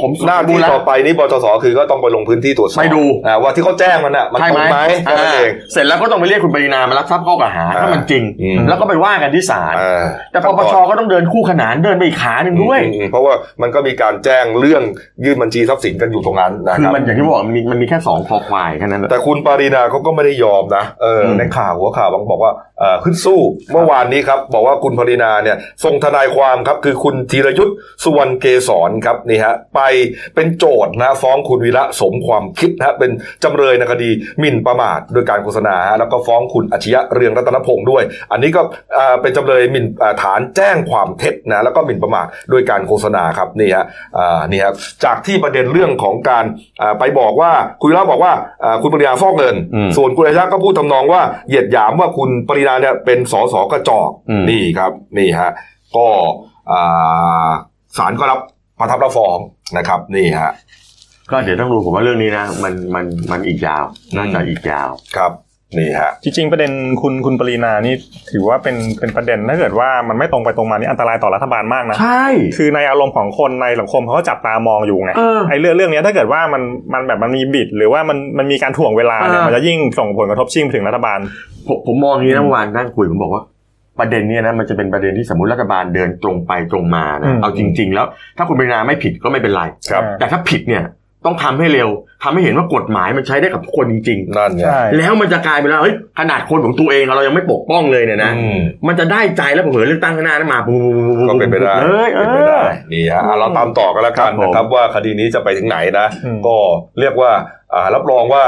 Speaker 2: ผม
Speaker 1: หน้าที่
Speaker 2: แล้ว
Speaker 1: ต่อไปนี้บจสคือก็ต้องไปลงพื้นที่ตรวจสอบ
Speaker 2: ไปดู
Speaker 1: อ่าว่าที่เขาแจ้งมันอ่ะมัน
Speaker 2: ใช่
Speaker 1: ตร
Speaker 2: ไหม
Speaker 1: งไหมแค่นั้นเอง
Speaker 2: อ่าเสร็จแล้วก็ต้องไปเรียกคุณปรินามารับทราบข้อกล่าวหา
Speaker 1: อ่า
Speaker 2: ถ้ามันจริง
Speaker 1: อืม
Speaker 2: แล้วก็ไปว่ากันที่ศาล
Speaker 1: อ่า
Speaker 2: แต่ปปชก็ต้องเดินคู่ขนานเดินไปอีกขาหนึ่งด้วย
Speaker 1: อืมอืมเพราะว่ามันก็มีการแจ้งเรื่องยื่นบัญชีทรัพย์สินกันอยู่ตรงนั้นนะ
Speaker 2: คือ
Speaker 1: ครับ
Speaker 2: มันอย่างที่บอกมันมีมันมีแค่สองคอควายแค่นั้นแหละ
Speaker 1: แต่คุณปารีนาเขาก็ไม่ได้ยอมนะเอออ
Speaker 2: ม
Speaker 1: ในข่าวหัวข่าวบางบอกว่าเอ่อขึ้นสู้เมื่อวานนี้ครับ บอกว่าคุณปารีนาเนี่ยส่งทนายความครับ คือคุณธีรยุทธ์สุวรรณเกษรครับนี่ฮะไปเป็นโจทย์นะฟ้องคุณวีระสมความคิดนะฮะเป็นจำเลยในคดีหมิ่นประมาทโดยการโฆษณาฮะแล้วก็ฟ้องคุณอัจฉริยะเรืองรัตนพงศ์ด้วย อันนี้ก็เอ่อเป็นจำเลยหมิ่นอ่าฐานแจ้งความเท็จนะแล้วก็หมิ่นประมาทโดยการโฆษณาครับนี่ฮะอ่านี่ครับจากที่ประเด็นเรื่องของการอ่าไปบอกว่าคุณวีระบอกว่าอ่าคุณปริยาฟอกเงิน
Speaker 2: อืม
Speaker 1: ส่วนคุณอาชาก็พูดทำนองว่าเหยียดหยามว่าคุณปรินาเนี่ยเป็นสสกระจอก
Speaker 2: อืม
Speaker 1: นี่ครับ นี่ฮะก็อ่าศาลก็รับประทับรับฟ้องนะครับ นี่ฮะ
Speaker 2: ก็เดี๋ยวต้องดูผมว่าเรื่องนี้นะมันมันมันอีกยาว
Speaker 1: อืม
Speaker 2: น่าจะอีกยาว
Speaker 1: ครับ นี่ฮะ
Speaker 3: จริงๆประเด็นคุณคุณปรีนานี่ถือว่าเป็นเป็นประเด็นถ้าเกิดว่ามันไม่ตรงไปตรงมานี่อันตรายต่อรัฐบาลมากนะ
Speaker 2: ใช่
Speaker 3: คือในอารมณ์ของคนในสังคมเขาก็จับตามองอยู่ไง
Speaker 2: เออ
Speaker 3: ไอ้เรื่องเรื่องเนี้ยถ้าเกิดว่ามันมันแบบมันมีบิด หรือว่ามันมันมีการถ่วงเวลาเนี่ย
Speaker 2: เออ
Speaker 3: มันจะยิ่งส่งผลกระทบชิงไปถึงรัฐบาล
Speaker 2: ผมผมมองอย่างนี้นะเมื่อวานนั่งคุยผมบอกว่า ประเด็นเนี้นะมันจะเป็นประเด็นที่สมมติรัฐบาลเดินตรงไปตรงมา
Speaker 3: อื
Speaker 2: นะ
Speaker 3: ม
Speaker 2: เอาจริง ๆ แล้ว ถ้าคุณปรินาไม่ผิดก็ไม่เป็นไร
Speaker 1: ครับ
Speaker 2: แต่ถ้าผิดเนี่ยต้องทำให้เร็วทำให้เห็นว่ากฎหมายมันใช้ได้กับทุกคนจริง
Speaker 1: นั่นไง
Speaker 3: ใช่
Speaker 2: ๆ แล้วมันจะกลายเป็นว่าเฮ้ยขนาดคนของตัวเองเรายังไม่ปกป้องเลยเนี่ยนะ
Speaker 1: อืม
Speaker 2: มันจะได้ใจแล้วผมเผลอเลือกตั้งข้างหน้านั้นมาปุ๊บ
Speaker 1: ก็เป็นไปได้
Speaker 2: เอ้ยเอ
Speaker 1: เป็นไปได้
Speaker 2: อ
Speaker 1: นี่ฮะอ่ะเราตามต่อกันแล้วกัน
Speaker 2: ครับผม
Speaker 1: นะครับ ว่าคดีนี้จะไปถึงไหนนะ
Speaker 3: อืม
Speaker 1: ก็เรียกว่าอ่ารับรองว่า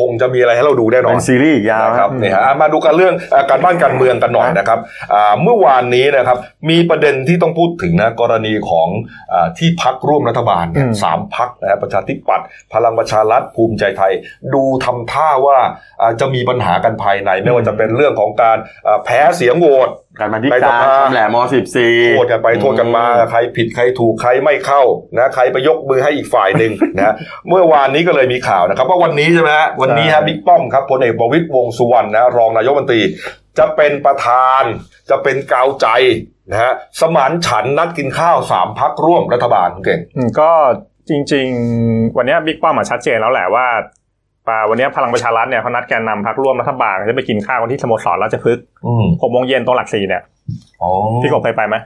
Speaker 1: คงจะมีอะไรให้เราดูแน่นอ
Speaker 2: เป็น นซีรีส์ยาว
Speaker 1: นะครับ
Speaker 3: อืม
Speaker 1: นี่ฮะอ่ะมาดูกันเรื่องอ่ะการบ้านการเมืองกันหน่อยนะครับอ่าเมื่อวานนี้นะครับมีประเด็นที่ต้องพูดถึงนะกรณีของอาที่พักร่วมรัฐบาลเนี่ย
Speaker 3: อืม
Speaker 1: สามพักนะฮะประชาธิปัตย์พลังประชารัฐภูมิใจไทย ดูทำท่าว่าอ่าจะมีปัญหากันภายใน ไม่ว่าจะเป็นเรื่องของการอ่าแพ้เสียงโหวต
Speaker 2: การมาที่
Speaker 1: ไป
Speaker 2: กา
Speaker 1: ส
Speaker 2: ร
Speaker 1: ภา
Speaker 2: ทำแหลมสิบสี่
Speaker 1: โทษกันไปโทษกันมาใครผิดใครถูกใครไม่เข้านะใครไปยกมือให้อีกฝ่ายหนึ่ง [laughs] นะเมื่อวานนี้ก็เลยมีข่าวนะครับ ว่าวันนี้ใช่ไหมฮะวันนี้ฮะบิ๊กป้อมครับพลเอกประวิตยวงษ์สุวรรณนะรองนายกรัฐมนตรี จะเป็นประธานจะเป็นกาวใจนะฮะสมานฉันท์นัดกินข้าวสามพักร่วมรัฐบาลคุณเก่ง
Speaker 3: อืมก็จริง ๆ วันเนี้ยบิ๊กป้อมอ่ะชัดเจนแล้วแหละว่าอ่าวันเนี้ยพลังประชารัฐเนี่ยเขานัดแกนนำพรรคร่วมรัฐบาลจะไปกินข้าวกันที่สโมสรราชพฤกษ์
Speaker 1: อืม
Speaker 3: หกโมงเย็นตรงหลักสี่เนี่ย
Speaker 1: อ๋อ
Speaker 3: พี่กบเคยไปไหม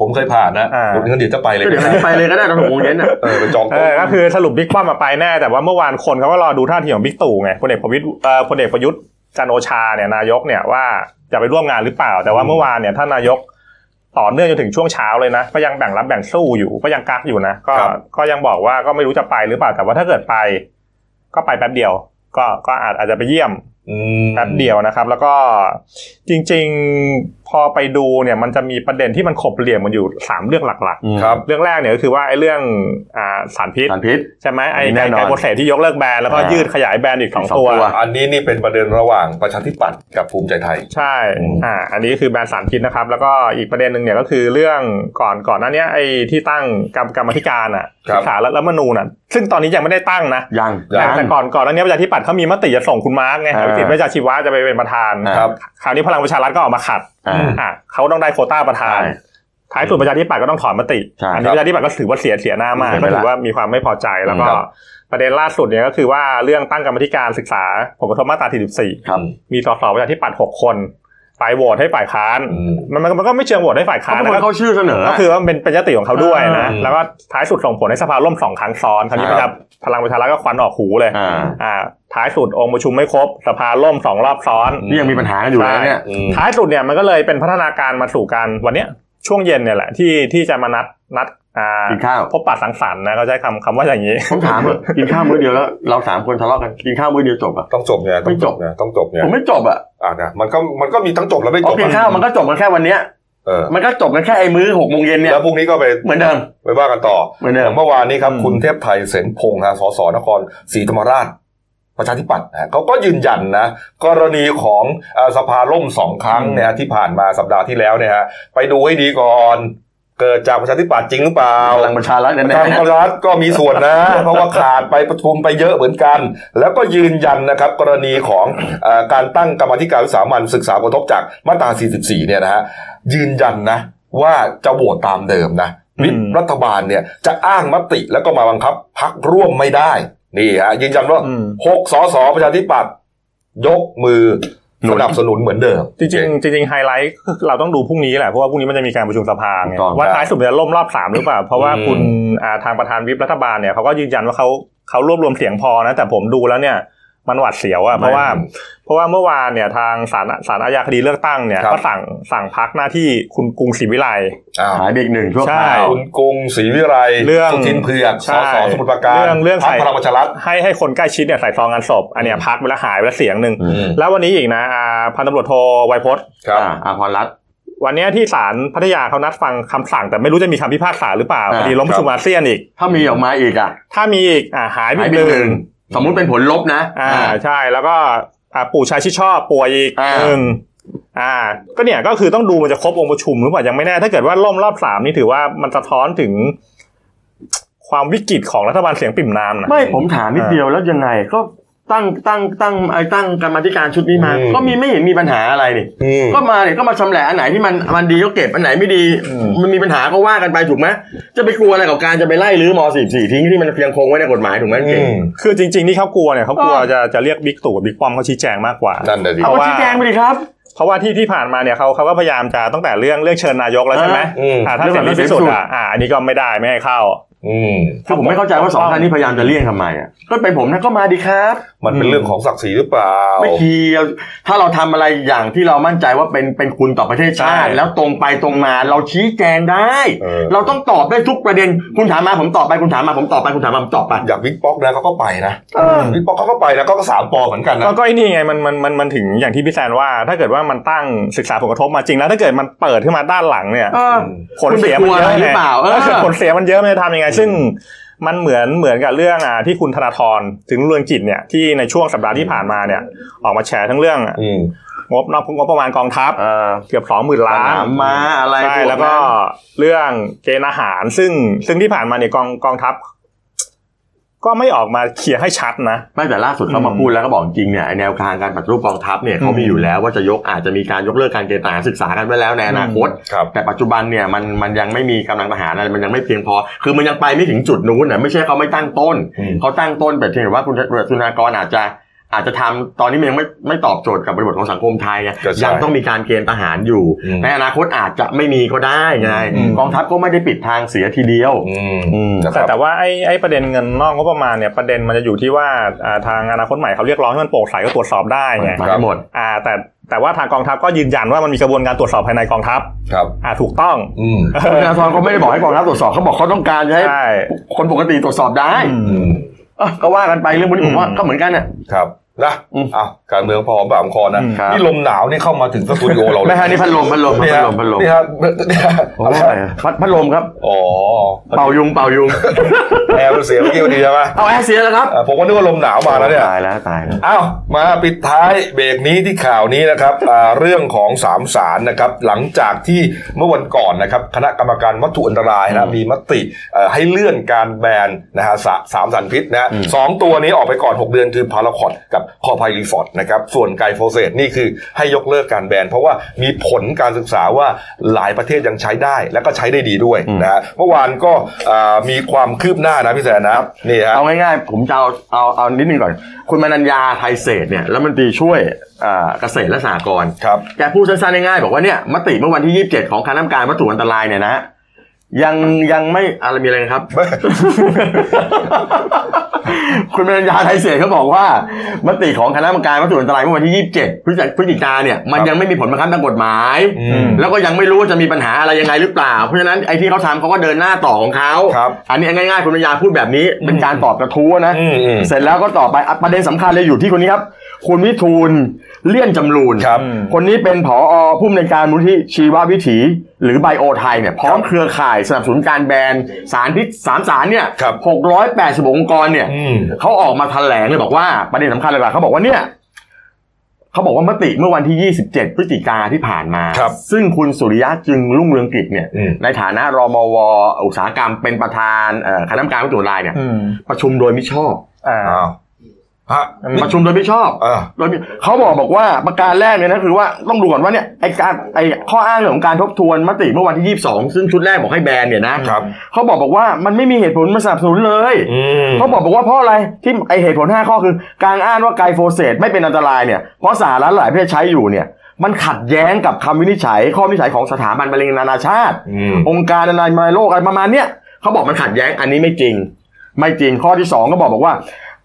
Speaker 1: ผมเคยผ่านนะ
Speaker 3: อ่า
Speaker 1: เดี๋ยวงั้นเดี๋ยวจะไปเลย
Speaker 2: ก็เดี๋ยวมันไปเลยก็ได้ตอนหกโมงเย็นน่ะ
Speaker 1: [laughs] เออไปจอง
Speaker 3: เอ
Speaker 1: โต๊ะ
Speaker 3: อก็คือสรุปบิ๊กป้อมมาไปแน่แต่ว่าเมื่อวานคนเขาก็รอดูท่าทีของบิ๊กตู่ไงพลเอกประวิตยเอ่อพลเอกประยุทธ์จันทร์โอชาเนี่ยนายกเนี่ยว่าจะไปร่วมงานหรือเปล่า แต่ว่าเมื่อวานเนี่ยท่านนายกต่อเนื่องจนถึงช่วงเช้าเลยนะ ก็ยังแบ่งรับแบ่งสู้อยู่ก็ยังกักอยู่นะก็
Speaker 1: ครับ
Speaker 3: ก็ยังบอกว่าก็ไม่รู้จะไปหรือเปล่าแต่ว่าถ้าเกิดไป ก็ไปแป๊บเดียว ก็ก็อาจอาจจะไปเยี่ยม
Speaker 1: อืม
Speaker 3: แป๊บเดียวนะครับ แล้วก็จริง ๆพอไปดูเนี่ยมันจะมีประเด็นที่มันขบเหลี่ยมมันอยู่สามเรื่องหลัก
Speaker 1: ครับ
Speaker 3: ๆ เรื่องแรกเนี่ยก็คือว่าไอ้เรื่องอ่าสารพิษ
Speaker 2: สารพิษ
Speaker 3: ใช่ไหมไอ้
Speaker 2: อันนี้
Speaker 3: ไอ้
Speaker 2: แน่นอน
Speaker 3: ไอ้โปรเซสที่ยกเลิกแบนแล้วก็
Speaker 2: อ่ายื
Speaker 3: ยืดขยายแบนอีกสองตัว
Speaker 2: สองตัว
Speaker 1: อันนี้นี่เป็นประเด็นระหว่างประชาธิปัตย์กับภูมิใจไทย
Speaker 3: ใช่
Speaker 1: อืม
Speaker 3: อ่า อันนี้คือแบนสารพิษนะครับ แล้วก็อีกประเด็นหนึ่งเนี่ยก็คือเรื่องก่อนก่อนหน้าเนี้ยไอ้ที่ตั้งกรรมกรรมธิการอ่ะศึกษาและรัฐธรรมนูญอ่ะซึ่งตอนนี้ยังไม่ได้ตั้งนะ
Speaker 2: ยัง
Speaker 1: ยั
Speaker 3: แต่
Speaker 2: ยัง
Speaker 3: แต่ก่อนก่อนหน้าเนี้ยประชาธิปัตย์เขามีมติจะส่งคุณมาร์กไง
Speaker 2: อ่า
Speaker 3: วิจิตรเวชชาชีวะจะไปเป็นประธาน
Speaker 2: อ่า
Speaker 1: ครับ
Speaker 3: คราวนี้พลังประชารัฐก็ออกมาขัด
Speaker 2: อ่า
Speaker 3: อ่าเขาต้องได้โควต้าประธาน
Speaker 2: ใช่
Speaker 3: ท้ายสุดประชาธิปัตย์ก็ต้องถอนมติ
Speaker 2: ใช่
Speaker 3: อัน
Speaker 2: ครับ
Speaker 3: นี้ประชาธิปัตย์ก็ถือว่าเสียเสียหน้ามาก
Speaker 2: เสียไปละ
Speaker 3: ก็ถือว่ามีความไม่พอใจแล้วก็
Speaker 2: ครับ
Speaker 3: ประเด็นล่าสุดเนี่ยก็คือว่าเรื่องตั้งกรรมธิการศึกษาผลกระทบมาตรา
Speaker 2: ครับ
Speaker 3: 44 มีสสประชาธิปัตย์6คน ไปโหวตให้ฝ่ายค้าน
Speaker 1: อืม
Speaker 3: มันมันมันก็ไม่เชิงโหวตให้ฝ่าย
Speaker 2: เขา
Speaker 3: ค้าน
Speaker 2: เป็นคน
Speaker 3: นะก็
Speaker 2: เข้าชื่อเสนอ
Speaker 3: ก็คือว่ามันเป็นเป็นยติของเขาด้วยนะ
Speaker 1: อ่า
Speaker 3: แล้วก็ท้ายสุดส่งผลให้สภาล่มสองครั้งซ้อนคราวนี้ประชาพลังประชารัฐก็ควันออกหูเลย
Speaker 2: อ่า
Speaker 3: อ่าท้ายสุดองค์ประชุมไม่ครบ สภาล่มสองรอบซ้อน
Speaker 2: นี่ยังมีปัญหากันอยู่นะเนี่ย
Speaker 1: อืม
Speaker 3: ท้ายสุดเนี่ยมันก็เลยเป็นพัฒนาการมาสู่การวันเนี้ยช่วงเย็นเนี่ยแหละที่ที่จะมานัดนัดอ่า
Speaker 2: กินข้าว
Speaker 3: พบปะสังสรรค์นะเขาใช้คำคำว่าอย่างนี้
Speaker 2: ผมถามว่ากินข้าวมื้อเดียวแล้ว เราสามคนทะเลาะกันกินข้าวมื้อเดียวจบอ่ะ
Speaker 1: ต้องจบไงต้องจบไงต้องจบไง
Speaker 2: ผมไม่จบอ่ะ
Speaker 1: อ่ะนะมันก็มันก็มีทั้งจบและไม่จ
Speaker 2: โอบ กินข้าวมันก็จบกันแค่วันเนี้ย
Speaker 1: เออ
Speaker 2: มันก็จบกันแค่ไอ้มื้อหกโมงเย็นเนี่ย
Speaker 1: แล้วพรุ่งนี้ก็ไป
Speaker 2: เหมือนเดิม
Speaker 1: ไปว่ากันต่อ
Speaker 2: เหมือนเดิ
Speaker 1: อ
Speaker 2: ม
Speaker 1: ย่างเมื่อวานนี้ครับ
Speaker 3: อืม
Speaker 1: คุณเทพไทยเสนพงษ์ฮะสสนครศรีธรรมราช ประชาธิปัตย์นะเขาก็ยืนยันนะกรณีของเอ่อสภาล่มสองครั้งเนี่ยฮะที่ผ่านมาสัปดาห์ที่แล้วเนี่ยฮะไปดูให้ดีก่อนเกิดจากประชาธิปัตย์จริงหรือเปล่า
Speaker 2: พลังประชารัฐแน่
Speaker 1: ทาง
Speaker 2: ๆ
Speaker 1: รัฐก็มีส่วนนะ
Speaker 3: [laughs]
Speaker 1: เพราะว่าขาดไปประชุมไปเยอะเหมือนกัน แล้วก็ยืนยันนะครับกรณีของเออการตั้งกรรมาธิการวิสามันศึกษาผลกระทบจากมาตรา 44 เนี่ยนะฮะยืนยันนะว่าจะโหวตตามเดิมนะ วิป
Speaker 3: อืม
Speaker 1: รัฐบาลเนี่ยจะอ้างมติแล้วก็มาบังคับพักร่วมไม่ได้ นี่ฮะยืนยันว่า
Speaker 3: อืม
Speaker 1: หกสสประชาธิปัตย์ยกมือ
Speaker 2: หนุ
Speaker 1: ส
Speaker 2: น
Speaker 1: นับสนุนเหมือนเดิม
Speaker 3: จริงๆจริงๆไฮไลท์คือเราต้องดูพรุ่งนี้แหละเพราะว่าพรุ่งนี้มันจะมีการประชุมสภา
Speaker 2: ถู
Speaker 3: ไง
Speaker 2: กต้อง
Speaker 3: ว่า
Speaker 1: ครับ
Speaker 3: ท้ายสุดมันจะล่มรอบสามหรือเปล่า เพราะว่า
Speaker 2: อืม
Speaker 3: คุณอ่าทางประธานวิปรัฐบาลเนี่ยเขาก็ยืนยันว่าเขาเขารวบรวมเสียงพอนะ แต่ผมดูแล้วเนี่ยมันหวัดเสียวอะเพราะว่า เพราะว่าเมื่อวานเนี่ยทางศาลศาลอาญาคดีเลือกตั้งเนี่ย
Speaker 1: ครับ
Speaker 3: ก็สั่งสั่งพักหน้าที่คุณกรุงศรีวิไล
Speaker 1: อ้าว
Speaker 2: หายเด็กหนึ่งชั่วค
Speaker 3: ใช่
Speaker 2: ราว
Speaker 1: คุณกรุงศรีวิไล
Speaker 3: เรื่อง
Speaker 1: สุทินเผือกส
Speaker 3: ใช่
Speaker 1: สสมุทรปราการ
Speaker 3: เรื่องเรื่อง
Speaker 1: พรร
Speaker 3: ใส่
Speaker 1: คพลังประชารัฐ
Speaker 3: ให้ให้คนใกล้ชิดเนี่ยใส่ซองงานศพอันเนี้ยพักไปแล้วหายไปแล้วเสียงหนึ่ง
Speaker 2: อืม
Speaker 3: แล้ววันนี้อีกนะอ่าพันตำรวจโทไวยพจน์
Speaker 1: ครับ
Speaker 2: อ่าอาพรรัตน์
Speaker 3: วันเนี้ยที่ศาลพัทยาเขานัดฟังคำสั่ง แต่ไม่รู้จะมีคำพิพากษาหรือเปล่า
Speaker 2: อ่า
Speaker 3: พอดีล้มประชุมอาเซียนอีก
Speaker 2: ถ้ามีออกมาอีกอ่ะ
Speaker 3: ถ้ามีอีกอ่าหายไป
Speaker 2: หาย
Speaker 3: อีก
Speaker 2: ไป
Speaker 3: ห
Speaker 2: หนึ่
Speaker 3: นึ่
Speaker 2: ง
Speaker 3: ง
Speaker 2: สมมุติเป็นผลลบนะ
Speaker 3: อ่าใช่แล้วก็อ่าปู่ชายชิดชอบป่วยอีก
Speaker 2: อ่า
Speaker 3: หนึ่งอ่า ก็เนี่ยก็คือต้องดูมันจะครบองค์ประชุมหรือเปล่ายังไม่แน่ ถ้าเกิดว่าล่มรอบสามนี่ถือว่ามันสะท้อนถึง ความวิกฤตของรัฐบาลเสียงปริ่มน้ำนะ
Speaker 2: ไม่ผมถามนิด
Speaker 3: อ่า
Speaker 2: เดียวแล้วยังไง ก็ตั้งตั้งตั้งไอ้ตั้งกรรมาธิการชุดนี้มา
Speaker 1: อืม
Speaker 2: ก็มีไม่เห็นมีปัญหาอะไรนี่
Speaker 1: อืม
Speaker 2: ก็มาเนี่ยก็มาชำแหละอันไหนที่มันมันดีก็เก็บอันไหนไม่ดี
Speaker 3: อืม
Speaker 2: มันมีปัญหาก็ว่ากันไปถูกไหมจะไปกลัวอะไรกับการจะไปไล่รื้อม .44 ทิ้งที่มันยังคงไว้ในกฎหมายถูกไหมเก่ง
Speaker 3: คือจริง ๆ ที่เขากลัวเนี่ยเขากลัว
Speaker 2: เออ
Speaker 3: จะจะเรียกบิ๊กตู่กับบิ๊กป้อมเขาชี้แจงมากกว่า
Speaker 1: นั่นน่ะดิ
Speaker 2: เอา
Speaker 3: พ
Speaker 2: ก็
Speaker 3: ระว่า
Speaker 2: ชี้แจงไปดิครับ
Speaker 3: เพราะว่าที่ที่ผ่านมาเนี่ยเขาเขาก็พยายามจะตั้งแต่เรื่องเรื่องเชิญนายกแล้วใช่ไหม
Speaker 1: อ่าอืม
Speaker 3: อ่าถ้าเสร็จที่สุดอ่ะอ่าอันนี้ก็ไม่ได้ไม่ให้เข้า
Speaker 1: อืม
Speaker 2: คือผมไม่เข้าใจว่าสองท่านนี้พยายามจะเลี่ยงทำไมอ่ะก็เป็นผมนะก็มาดีครับ
Speaker 1: มันเป็น
Speaker 3: อืม
Speaker 1: เรื่องของศักดิ์ศรีหรือเปล่า
Speaker 2: ไม่เคียวถ้าเราทำอะไรอย่างที่เรามั่นใจว่าเป็นเป็นคุณต่อประเทศชาติ
Speaker 3: ใช่
Speaker 2: แล้วตรงไปตรงมาเราชี้แจงได้
Speaker 1: เออ
Speaker 2: เราต้องตอบได้ทุกประเด็น คุณถามมาผมตอบไปคุณถามมาผมตอบไปคุณถามมาผมตอบไป
Speaker 1: อย่างบิ๊กป๊อกนะเขาก็ไปนะ
Speaker 2: เออ
Speaker 1: บิ๊กป๊อกเขาก็ไปนะก็สามปอเหมือนกันนะ
Speaker 3: ก็ก็ไอ้นี่ไงมันมันมันมันถึงอย่างที่พี่แซนว่า ถ้าเกิดว่ามันตั้งศึกษาผลกระทบมาจริงแล้วถ้าเกิดมันเปิดขึ้นมาด้านหลังเนี่ย
Speaker 2: เออ
Speaker 3: ผลเสียมันเยอะ
Speaker 2: คุณไปกลัวอะไรหรื
Speaker 3: ไง
Speaker 2: อเปล่าเออ
Speaker 3: ถ้าเกิดผลเสียมันเยอะมันจะทำยังไง ซึ่งมันเหมือนเหมือนกับเรื่องอ่าที่คุณธนาธรถึงเรื่องกิจเนี่ยที่ในช่วงสัปดาห์ที่ผ่านมาเนี่ย ออกมาแฉทั้งเรื่อง
Speaker 1: อืม
Speaker 3: งบนอกงบประมาณกองทัพ
Speaker 2: เออ
Speaker 3: เกือบสองหมื่น
Speaker 2: ส
Speaker 3: ล้าน
Speaker 2: นามมาอะไร
Speaker 3: ใช่
Speaker 2: พนั้น
Speaker 3: แล้วก็เรื่องเกณฑ์อาหารซึ่งซึ่งที่ผ่านมาเนี่ยกองกองทัพ ก็ไม่ออกมาเคลียร์ให้ชัดนะ
Speaker 2: ไม่แต่ล่าสุดเขามา
Speaker 3: อืม
Speaker 2: พูดแล้วก็บอกจริงเนี่ยไอ้แนวทางการปฏิรูปกองทัพเนี่ยเขามีอยู่แล้วว่าจะยกอาจจะมีการยกเลิกการเกณฑ์ทหารศึกษากันไว้แล้วในอนาคต
Speaker 1: ครับ
Speaker 2: แต่ปัจจุบันเนี่ยมันมันยังไม่มีกำลังทหารอะไรมันยังไม่เพียงพอ คือมันยังไปไม่ถึงจุดนู้นน่ะไม่ใช่เขาไม่ตั้งต้น
Speaker 1: อืม
Speaker 2: เขาตั้งต้นแต่เพียงแต่ว่าคุณสุนากรอาจจะอาจจะทำตอนนี้มันยังไม่ไม่ตอบโจทย์กับบริบทของสังคมไทยไง
Speaker 1: ก็ใช่
Speaker 2: ยังต้องมีการเกณฑ์ทหารอยู่
Speaker 1: อืม
Speaker 2: ในอนาคตอาจจะไม่มีก็ได้ไง
Speaker 1: อืม
Speaker 2: กองทัพก็ไม่ได้ปิดทางเสียทีเดียว
Speaker 1: อืม
Speaker 2: อืม
Speaker 1: นะค
Speaker 3: แต่
Speaker 1: รับ
Speaker 3: แต่ว่าไอ้ไอ้ประเด็นเงินนอกงบประมาณเนี่ยประเด็นมันจะอยู่ที่ว่าอ่าทางอนาคตใหม่เขาเรียกร้องให้มันโปร่งใสก็ตรวจสอบได้ไง
Speaker 2: มันไม่หมด
Speaker 3: อ่า แต่แต่ว่าทางกองทัพก็ยืนยันว่ามันมีกระบวนการตรวจสอบภายในกองทัพ
Speaker 1: ครับ
Speaker 3: อ่าถูกต้อง
Speaker 1: อืม
Speaker 2: คุณธนาธรก็ไม่ได้บอกให้กองทัพตรวจสอบเขาบอกเขาต้องการจะให้
Speaker 3: ใช่
Speaker 2: คนปกติตรวจสอบได้
Speaker 3: อืม
Speaker 1: อืม
Speaker 2: เอ้อก็ว่ากันไปเรื่องพวกนี้ผมว่าก็เหมือนกันน่ะ
Speaker 1: ครับนะ
Speaker 2: อืม
Speaker 1: อ่ะการเมืองพอหอมปากหอมคอนะ
Speaker 3: อืม
Speaker 1: นี่ลมหนาวนี่เข้ามาถึงสตูดิโอเราเลย
Speaker 2: ไม่ฮะนี่พัดลมพัดลม
Speaker 1: นี่
Speaker 2: พั
Speaker 1: ฮะ
Speaker 2: ดลมพัดลม
Speaker 1: นี่ฮะนี่ฮะ
Speaker 2: โอ้ยพัดพัดลมครับ
Speaker 1: อ๋อ
Speaker 2: เป่ายุงเป่า
Speaker 1: [laughs]
Speaker 2: ยุง
Speaker 1: แอร์มันเสียเมื่อกี้พอดีใช่ไหม
Speaker 2: เอาแอร์เสียแล้วครับ
Speaker 1: อ่ะผมก็นึกว่าลมหนาวมาแล้วเนี่ย
Speaker 2: ตายแล้วตายแล้ว
Speaker 1: อ้าวมาปิดท้ายเบรกนี้ที่ข่าวนี้นะครับอ่าเรื่องของสามสารนะครับหลังจากที่เมื่อวันก่อนนะครับคณะกรรมการวัตถุอันตรายนะมีมติเอ่อให้เลื่อนการแบนนะฮะสาสามสารพิษนะฮะ
Speaker 2: อืม
Speaker 1: สองตัวนี้ออกไปก่อน 6 เดือนคือพาราคอดกับคอไพรีฟอร์ดนะครับส่วนไกลโฟเซตนี่คือให้ยกเลิกการแบน เพราะว่ามีผลการศึกษาว่าหลายประเทศยังใช้ได้และก็ใช้ได้ดีด้วยนะฮะเมื่อวานก็อ่ามีความคืบหน้านะพี่แสนนะนี่ฮะ
Speaker 2: เอาง่ายๆ ผมจะเอาเอาเอานิดนึงก่อน คุณมนัญญาไทยเศรษฐ์เนี่ยรัฐมนตรีช่วยเอ่อเกษตรและสหกรณ์
Speaker 1: ครับ
Speaker 2: แกพูดสั้นๆง่ายๆบอกว่าเนี่ยมติเมื่อวันที่ 27 ของคณะกรรมการวัตถุอันตรายเนี่ยนะ ยังยังไม่อะไรมีอะไรนะครับ [laughs] คุณมนัญญาไทยเศรษฐ์เขาบอกว่า มติของคณะกรรมการวัตถุอันตรายเมื่อวันที่ 27 พฤศจิพฤศจิกาเนี่ยมันยังไม่มีผลบังคับทางกฎหมาย
Speaker 1: อืม
Speaker 2: แล้วก็ยังไม่รู้ว่าจะมีปัญหาอะไรยังไงหรือเปล่า เพราะฉะนั้นไอ้ที่เขาทำเขาก็เดินหน้าต่อของเขา
Speaker 1: ครับ
Speaker 2: อันนี้ง่ายๆคุณปัญญาพูดแบบนี้เป็นการตอบกระทู้นะ
Speaker 1: อืมอืม
Speaker 2: เสร็จแล้วก็ต่อไปอ่ะประเด็นสำคัญเลยอยู่ที่คนนี้ครับ คุณวิทูลเลี่ยนจำรูน
Speaker 1: ครับ
Speaker 2: คนนี้เป็นผอผู้อำนวยการมูลที่ชีววิถี หรือไบโอไทยเนี่ยพร้อมเครือข่ายสนับสนุนการแบนสารพิษสามสารเนี่ย
Speaker 1: ครับ
Speaker 2: หกร้อยแปดสิบองค์กรเนี่ย
Speaker 1: อืม
Speaker 2: เขาออกมาแถลงเลยบอกว่าประเด็นสำคัญหลักๆเขาบอกว่าเนี่ยเขาบอกว่ามติเมื่อวันที่ 27 พฤศจิกาที่ผ่านมา
Speaker 1: ครับ
Speaker 2: ซึ่งคุณสุริยะจึงรุ่งเรืองกิจเนี่ย
Speaker 1: อืม
Speaker 2: ในฐานะรมว อุตสาหกรรมเป็นประธานเอ่อคณะกรรมการวัตถุลายเนี่ย
Speaker 3: อืม
Speaker 2: ประชุมโดยมิชอบ
Speaker 3: อ่า
Speaker 1: อ้าว ฮะ
Speaker 3: อื
Speaker 2: ประชุมโดยไม่ชอบ
Speaker 1: อ่า
Speaker 2: โดยมีเขาบอกบอกว่าประการแรกเนี่ยนะคือว่าต้องดูก่อนว่าเนี่ยไอการไอข้ออ้างเรื่องของการทบทวนมติเมื่อวันที่ 22 ซึ่งชุดแรกบอกให้แบนเนี่ยนะครับ เขาบอกบอกว่ามันไม่มีเหตุผลมาสนับสนุนเลย
Speaker 1: อืม
Speaker 2: เขาบอกบอกว่าเพราะอะไรที่ไอเหตุผล 5 ข้อคือ การอ้างว่าไกลโฟเซตไม่เป็นอันตรายเนี่ยเพราะสารละหลายประเทศใช้อยู่เนี่ยมันขัดแย้งกับคำวินิจฉัย ข้อวินิจฉัยของสถาบันมะเร็งนานาชาติ
Speaker 1: อืม
Speaker 2: องค์การอนามัยโลกอะไรประมาณเนี้ยเขาบอกมันขัดแย้งอันนี้ไม่จริง ไม่จริงข้อที่สองก็บอกบอกว่า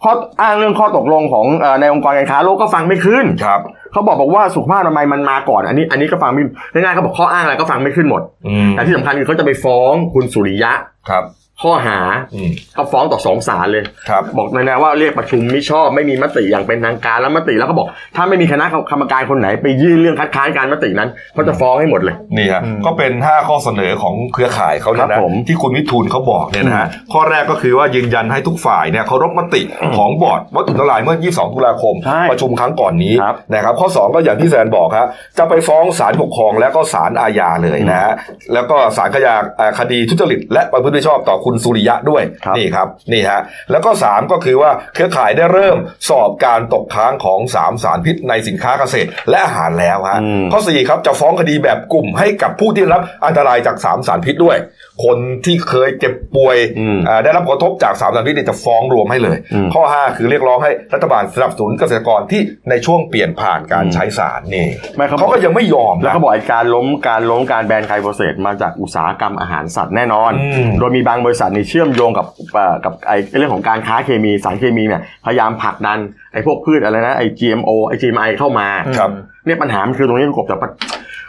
Speaker 2: ข้ออ้างเรื่องข้อตกลงของเอ่อในองค์กรการค้าโลกก็ฟังไม่ขึ้น
Speaker 1: ครับ
Speaker 2: เขาบอกบอกว่าสุขภาพอนามัยมันมาก่อน อันนี้อันนี้ก็ฟังไม่ง่ายๆเขาบอกข้ออ้างอะไรก็ฟังไม่ขึ้นหมด
Speaker 1: อืม
Speaker 2: แต่ที่สำคัญคือเขาจะไปฟ้องคุณสุริยะ
Speaker 1: ครับ
Speaker 2: ข้อหา
Speaker 1: อืม
Speaker 2: ก็ฟ้องต่อสองศาลเลย
Speaker 1: ครับ
Speaker 2: บอกในแนวว่าเรียกประชุมไม่ชอบไม่มีมติอย่างเป็นทางการแล้วมติแล้วก็บอก ถ้าไม่มีคณะกรรมการคนไหน ไปยื่นเรื่องคัดค้านการมตินั้นเขาจะฟ้องให้หมดเลย
Speaker 1: นี่ฮะ
Speaker 3: อืม
Speaker 1: ก็เป็น 5 ข้อเสนอของเครือข่ายเขาเนี่ย
Speaker 2: ครั
Speaker 1: นะ
Speaker 2: บผม
Speaker 1: ที่คุณวิทูลเขาบอกเนี่ยนะฮะข้อแรกก็คือว่ายืนยันให้ทุกฝ่ายเนี่ยเคารพมติของบอร์ดวัตถุละลายเมื่อ 22 ตุลาคม
Speaker 2: ใช่
Speaker 1: ประชุมครั้งก่อนนี้
Speaker 2: ครับ
Speaker 1: นะครับข้อ 2 ก็อย่างที่แซนบอกฮะจะไปฟ้องศาลปกครองและก็ศาลอาญาเลยนะฮะแล้วก็ศาลคยาอ่าคดีทุจริตและประพฤติมิชอบต่อคุณสุริยะด้วย
Speaker 2: ครับ
Speaker 1: นี่ครับนี่ฮะแล้วก็ 3 ก็คือว่าเครือข่ายได้เริ่มสอบการตกค้างของสามสารพิษในสินค้าเกษตร และอาหารแล้วฮะ
Speaker 2: อืม
Speaker 1: ข้อ4ครับจะฟ้องคดีแบบกลุ่มให้กับผู้ที่ได้รับอันตรายจากสามสารพิษด้วย คนที่เคยเจ็บป่วย
Speaker 2: อืม
Speaker 1: อ่าได้รับผลกระทบจากสามสารพิษเนี่ยจะฟ้องรวมให้เลย
Speaker 2: อืม
Speaker 1: ข้อ 5 คือเรียกร้องให้รัฐบาลสนับสนุนเกษตรกรที่ในช่วงเปลี่ยนผ่านการใช้สารนี่
Speaker 2: ไม่เขาบอ
Speaker 1: เขาก็ยังไม่ยอม
Speaker 2: แล้ว
Speaker 1: นะ
Speaker 2: ก็บอกไอ้การล้มการล้มการแบนไคโฟเซตมาจากอุตสาหกรรมอาหารสัตว์แน่นอน
Speaker 1: อืม
Speaker 2: โดยมีบางบริษัทนี่เชื่อมโยงกับเอ่อกับไอ้เรื่องของการค้าเคมีสารเคมีเนี่ยพยายามผลักดันไอ้พวกพืชอะไรนะไอ้ GMO ไอ้ GMI เข้ามา
Speaker 1: ครับ
Speaker 2: เนี่ยปัญหามันคือตรงนี้คุณกบแต่ปะ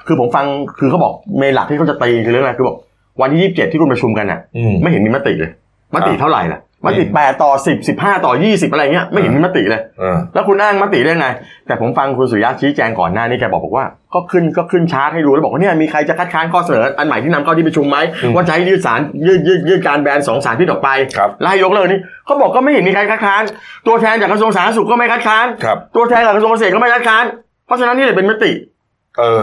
Speaker 2: คือผมฟังคือเขาบอกเมนหลักที่เขาจะตีคือเรื่องอะไรคือบอกวันที่ 27 ที่คุณประชุมกันน่ะ
Speaker 1: อืม
Speaker 2: ไม่เห็นมีมติเลยม
Speaker 1: ค
Speaker 2: ติ
Speaker 1: รับ
Speaker 2: เท่าไหร่ล่ะมติ8ต่อ10 15ต่อ20อะไรเงี้ยไม่เห็นมีมติเลย
Speaker 1: เออ
Speaker 2: แล้วคุณอ้างมติได้ไง แต่ผมฟังคุณสุริยะชี้แจงก่อนหน้านี้แกบอกบอกว่า ก็ขึ้นก็ขึ้นชาร์ตให้ดูแล้วบอกว่าเนี่ยมีใครจะคัดค้านข้อเสนออันใหม่ที่นำเข้าที่ประชุมไหม
Speaker 1: อืม
Speaker 2: ว่าจะให้ยืดสารยืดยืดยืดการแบนสองสารพิษออกไป
Speaker 1: ครับ
Speaker 2: ไล่ยกเลิกนี่เขาบอกก็ไม่เห็นมีใครคัดค้าน ตัวแทนจากกระทรวงสาธารณสุขก็ไม่คัดค้าน
Speaker 1: ครับ
Speaker 2: ตัวแทนจากกระทรวงเกษตรก็ไม่คัดค้าน เพราะฉะนั้นนี่เลยเป็นมติ
Speaker 1: เออ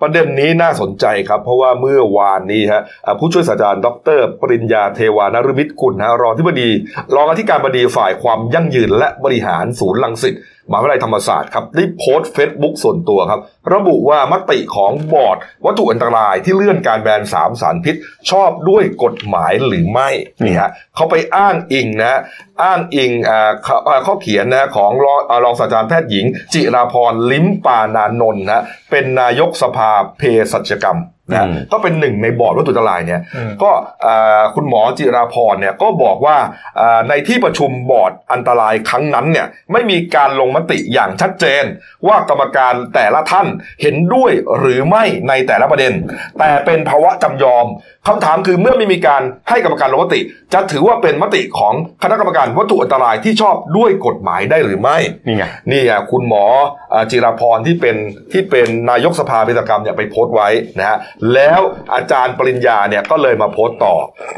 Speaker 1: ประเด็นนี้น่าสนใจครับ เพราะว่าเมื่อวานนี้ฮะอ่าผู้ช่วยศาสตราจารย์ดร ปริญญาเทวานฤมิตกุลฮะรองที่บดีรองอธิการบดีฝ่ายความยั่งยืนและบริหารศูนย์ลังสิตมหาวิทยาลัยธรรมศาสตร์ครับได้โพสต์เฟซบุ๊กส่วนตัวครับ ระบุว่ามติของบอร์ด วัตถุอันตรายที่เลื่อนการแบนสามสารพิษ ชอบด้วยกฎหมายหรือไม่นี่ฮะเขาไปอ้างอิงนะ อ้างอิงอ่าข้ออ่าข้อเขียนนะของรองอ่ารองศาสตราจารย์แพทย์หญิง จิราพรลิ้มปานานนท์นะเป็นนายกสภาเภสัชกรรมนะ
Speaker 2: อืม
Speaker 1: ก็เป็นหนึ่งในบอร์ดวัตถุอันตรายเนี่ย
Speaker 3: อืม
Speaker 1: ก็อ่าคุณหมอจิราพรเนี่ยก็บอกว่าอ่าในที่ประชุมบอร์ดอันตรายครั้งนั้นเนี่ยไม่มีการลงมติอย่างชัดเจน ว่ากรรมการแต่ละท่านเห็นด้วยหรือไม่ในแต่ละประเด็น แต่เป็นภาวะจำยอมคำถามคือเมื่อไม่มีการให้กรรมการลงมติ จะถือว่าเป็นมติของคณะกรรมการวัตถุอันตรายที่ชอบด้วยกฎหมายได้หรือไม่
Speaker 2: นี่ไง
Speaker 1: นี่อ่ะคุณหมออ่าจิราพรที่เป็นที่เป็นนายกสภาเภสัชกรรมเนี่ยไปโพสต์ไว้นะฮะแล้วอาจารย์ปริญญาเนี่ยก็เลยมาโพสต์ต่อ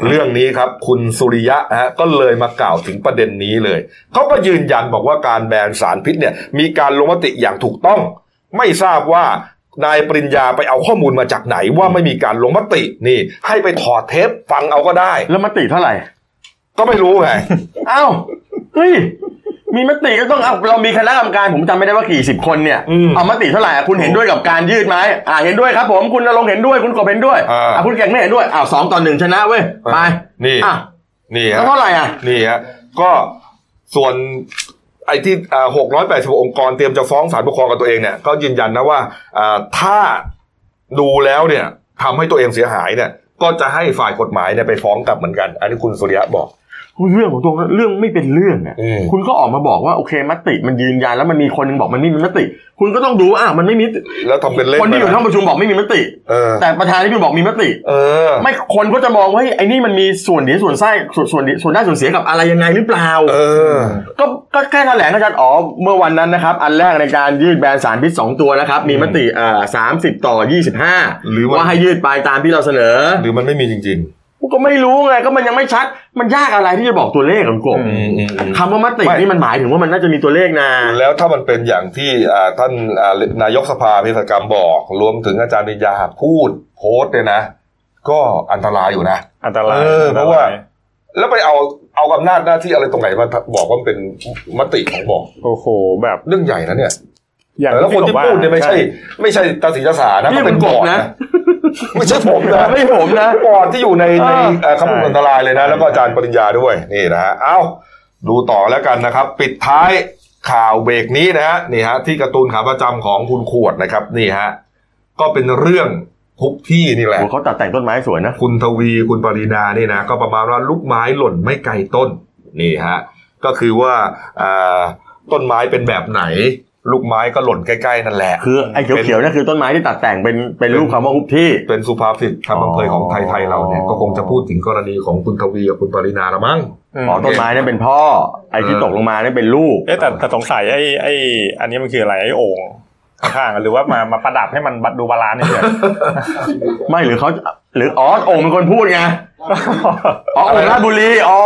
Speaker 1: เรื่องนี้ครับ คุณสุริยะฮะก็เลยมากล่าวถึงประเด็นนี้เลยเขาก็ยืนยันบอกว่าการแบนสารพิษเนี่ยมีการลงมติอย่างถูกต้อง ไม่ทราบว่านายปริญญาไปเอาข้อมูลมาจากไหนว่าไม่มีการลงมตินี่ให้ไปถอดเทปฟังเอาก็ได้
Speaker 2: แล้วมติเท่าไหร่
Speaker 1: ก็ไม่รู้ไง
Speaker 2: เอ้าเฮ้ยมีมติก็ต้องเอาเรามีคณะกรรมการผมจำไม่ได้ว่ากี่สิบคนเนี่ย
Speaker 1: อืม
Speaker 2: เอามติเท่าไหร่อ่ะคุณเห็นด้วยกับการยืดไหมอ่าเห็นด้วยครับ ผมคุณนรงค์เห็นด้วยคุณกบเห็นด้วย
Speaker 1: อ่า
Speaker 2: คุณเก่งไม่เห็นด้วยอ้าวสองต่อหนึ่งชนะเว้ยไป
Speaker 1: อ่านี่
Speaker 2: อ่ะ
Speaker 1: นี่
Speaker 2: แล้ว
Speaker 1: ฮะ
Speaker 2: เท่าไหร่อ่ะ
Speaker 1: นี่ฮะก็ส่วนไอ้ที่หกร้อยแปดสิบองค์กรเตรียมจะฟ้องศาลปกครองกับตัวเองเนี่ยก็ยืนยันนะว่าอ่าถ้าดูแล้วเนี่ยทำให้ตัวเองเสียหายเนี่ยก็จะให้ฝ่ายกฎหมายเนี่ยไปฟ้องกลับเหมือนกัน อันนี้คุณสุริยะบอก
Speaker 2: เรื่องของตัวเรื่องไม่เป็นเรื่องอ่ะ
Speaker 1: อืม
Speaker 2: คุณก็ออกมาบอกว่าโอเคมติมันยืนยันแล้วมันมีคนหนึงบอกมันไม่มีมติ คุณก็ต้องดูว่าอ่ะมันไม่มี
Speaker 1: แล้วทำเป็นเล่น
Speaker 2: คนที่อยู่
Speaker 1: ไปะ
Speaker 2: ห้องประชุมบอกไม่มีมติ
Speaker 1: เออ
Speaker 2: แต่ประธานที่บอกมีมติ
Speaker 1: เออ
Speaker 2: ไม่คนก็จะมองว่าเฮ้ยไอ้นี่มันมีส่วนดีส่วนไส้ส่วนส่วนดีส่วนได้ส่วนเสียกับอะไรยังไงหรือเปล่า
Speaker 1: เออ
Speaker 2: ก็ก็แค่แถลงอาจารย์อ๋อเมื่อวันนั้นนะครับ อันแรกในการยืดแบนสารพิษสองตัวนะครับ มีมติเอ่อสามสิบต่อยี่สิบห้า
Speaker 1: หรือว่า
Speaker 2: ว่าให้ยืดไปตามที่เราเสนอ
Speaker 1: หรือมันไม่มีจริง
Speaker 2: ก็ไม่รู้ไงก็มันยังไม่ชัด มันยากอะไรที่จะบอกตัวเลขของกบ
Speaker 1: ๆ อืมอืมอืม
Speaker 2: คำว่ามติ
Speaker 1: ไม่
Speaker 2: นี่มันหมายถึงว่ามันน่าจะมีตัวเลขนะ
Speaker 1: แล้วถ้ามันเป็นอย่างที่อ่าท่านอ่านายกสภาเภสัชกรรมบอก รวมถึงอาจารย์ปริญญาพูดโพสต์เนี่ยนะ ก็อันตรายอยู่นะ
Speaker 3: อันตราย
Speaker 1: เออเพราะว่า
Speaker 3: อันตย
Speaker 1: แล้วไปเอาเอาอำนาจหน้าที่อะไรตรงไหนมาบอกว่ามันเป็นมติของบอก
Speaker 3: โอ้โหแบบ
Speaker 1: เรื่องใหญ่นะเนี่ย
Speaker 3: อย่าง
Speaker 1: แล้วคนที่
Speaker 3: ผมว่า
Speaker 1: พูดเนี่ยไม่ใช่ ไม่ใช่ตาสีตาสานะ
Speaker 2: นี่
Speaker 1: เขา
Speaker 2: มั
Speaker 1: เป็น น
Speaker 2: ก
Speaker 1: บบอร์ด
Speaker 2: นะ
Speaker 1: นะไม่ใช่ผมนะ
Speaker 2: ไม่ผมนะ
Speaker 1: ปอดที่อยู่ในใน
Speaker 2: เออ
Speaker 1: เอ่อคำพูดอันตรายเลยนะ แล้วก็อาจารย์ปริญญาด้วยนี่นะฮะเอาดูต่อแล้วกันนะครับ ปิดท้ายข่าวเบรกนี้นะฮะนี่ฮะที่การ์ตูนขาประจำของคุณขวดนะครับนี่ฮะก็เป็นเรื่องทุกที่นี่แหละ
Speaker 2: โหเขาตัดแต่งต้นไม้สวยนะ
Speaker 1: คุณทวีคุณปรินานี่นะ ก็ประมาณว่าลูกไม้หล่นไม่ไกลต้นนี่ฮะก็คือว่าอ่าต้นไม้เป็นแบบไหน ลูกไม้ก็หล่นใกล้ๆนั่นแหละ
Speaker 2: คือไอ้เขียวๆนั่นคือต้นไม้ที่ตัดแต่งเป็นเป็นรูปคำว่าฮุบที่
Speaker 1: เป็นสุภาษิตคำบังเคยของไทยไทยเราเนี่ย
Speaker 2: อ๋อ
Speaker 1: ก็คงจะพูดถึงกรณีของคุณทวีกับคุณปรินาละมั้ง
Speaker 3: อืม
Speaker 2: อ๋อต้นไม้นั่นเป็นพ่อ ไอ้ที่ตกลงมานั่นเป็นลูก
Speaker 3: เอ๊ะแต่แต่สงสัยไอ้ไอ้อันนี้มันคืออะไรไอ้โอ่งข้างๆหรือว่ามามาประดับให้มันดูบาลานซ์เนี่ย
Speaker 2: ไม่หรือเขาหรืออ๋อโอ่งเป็นคนพูดไงอ๋อโอ่งราชบุรีอ๋อ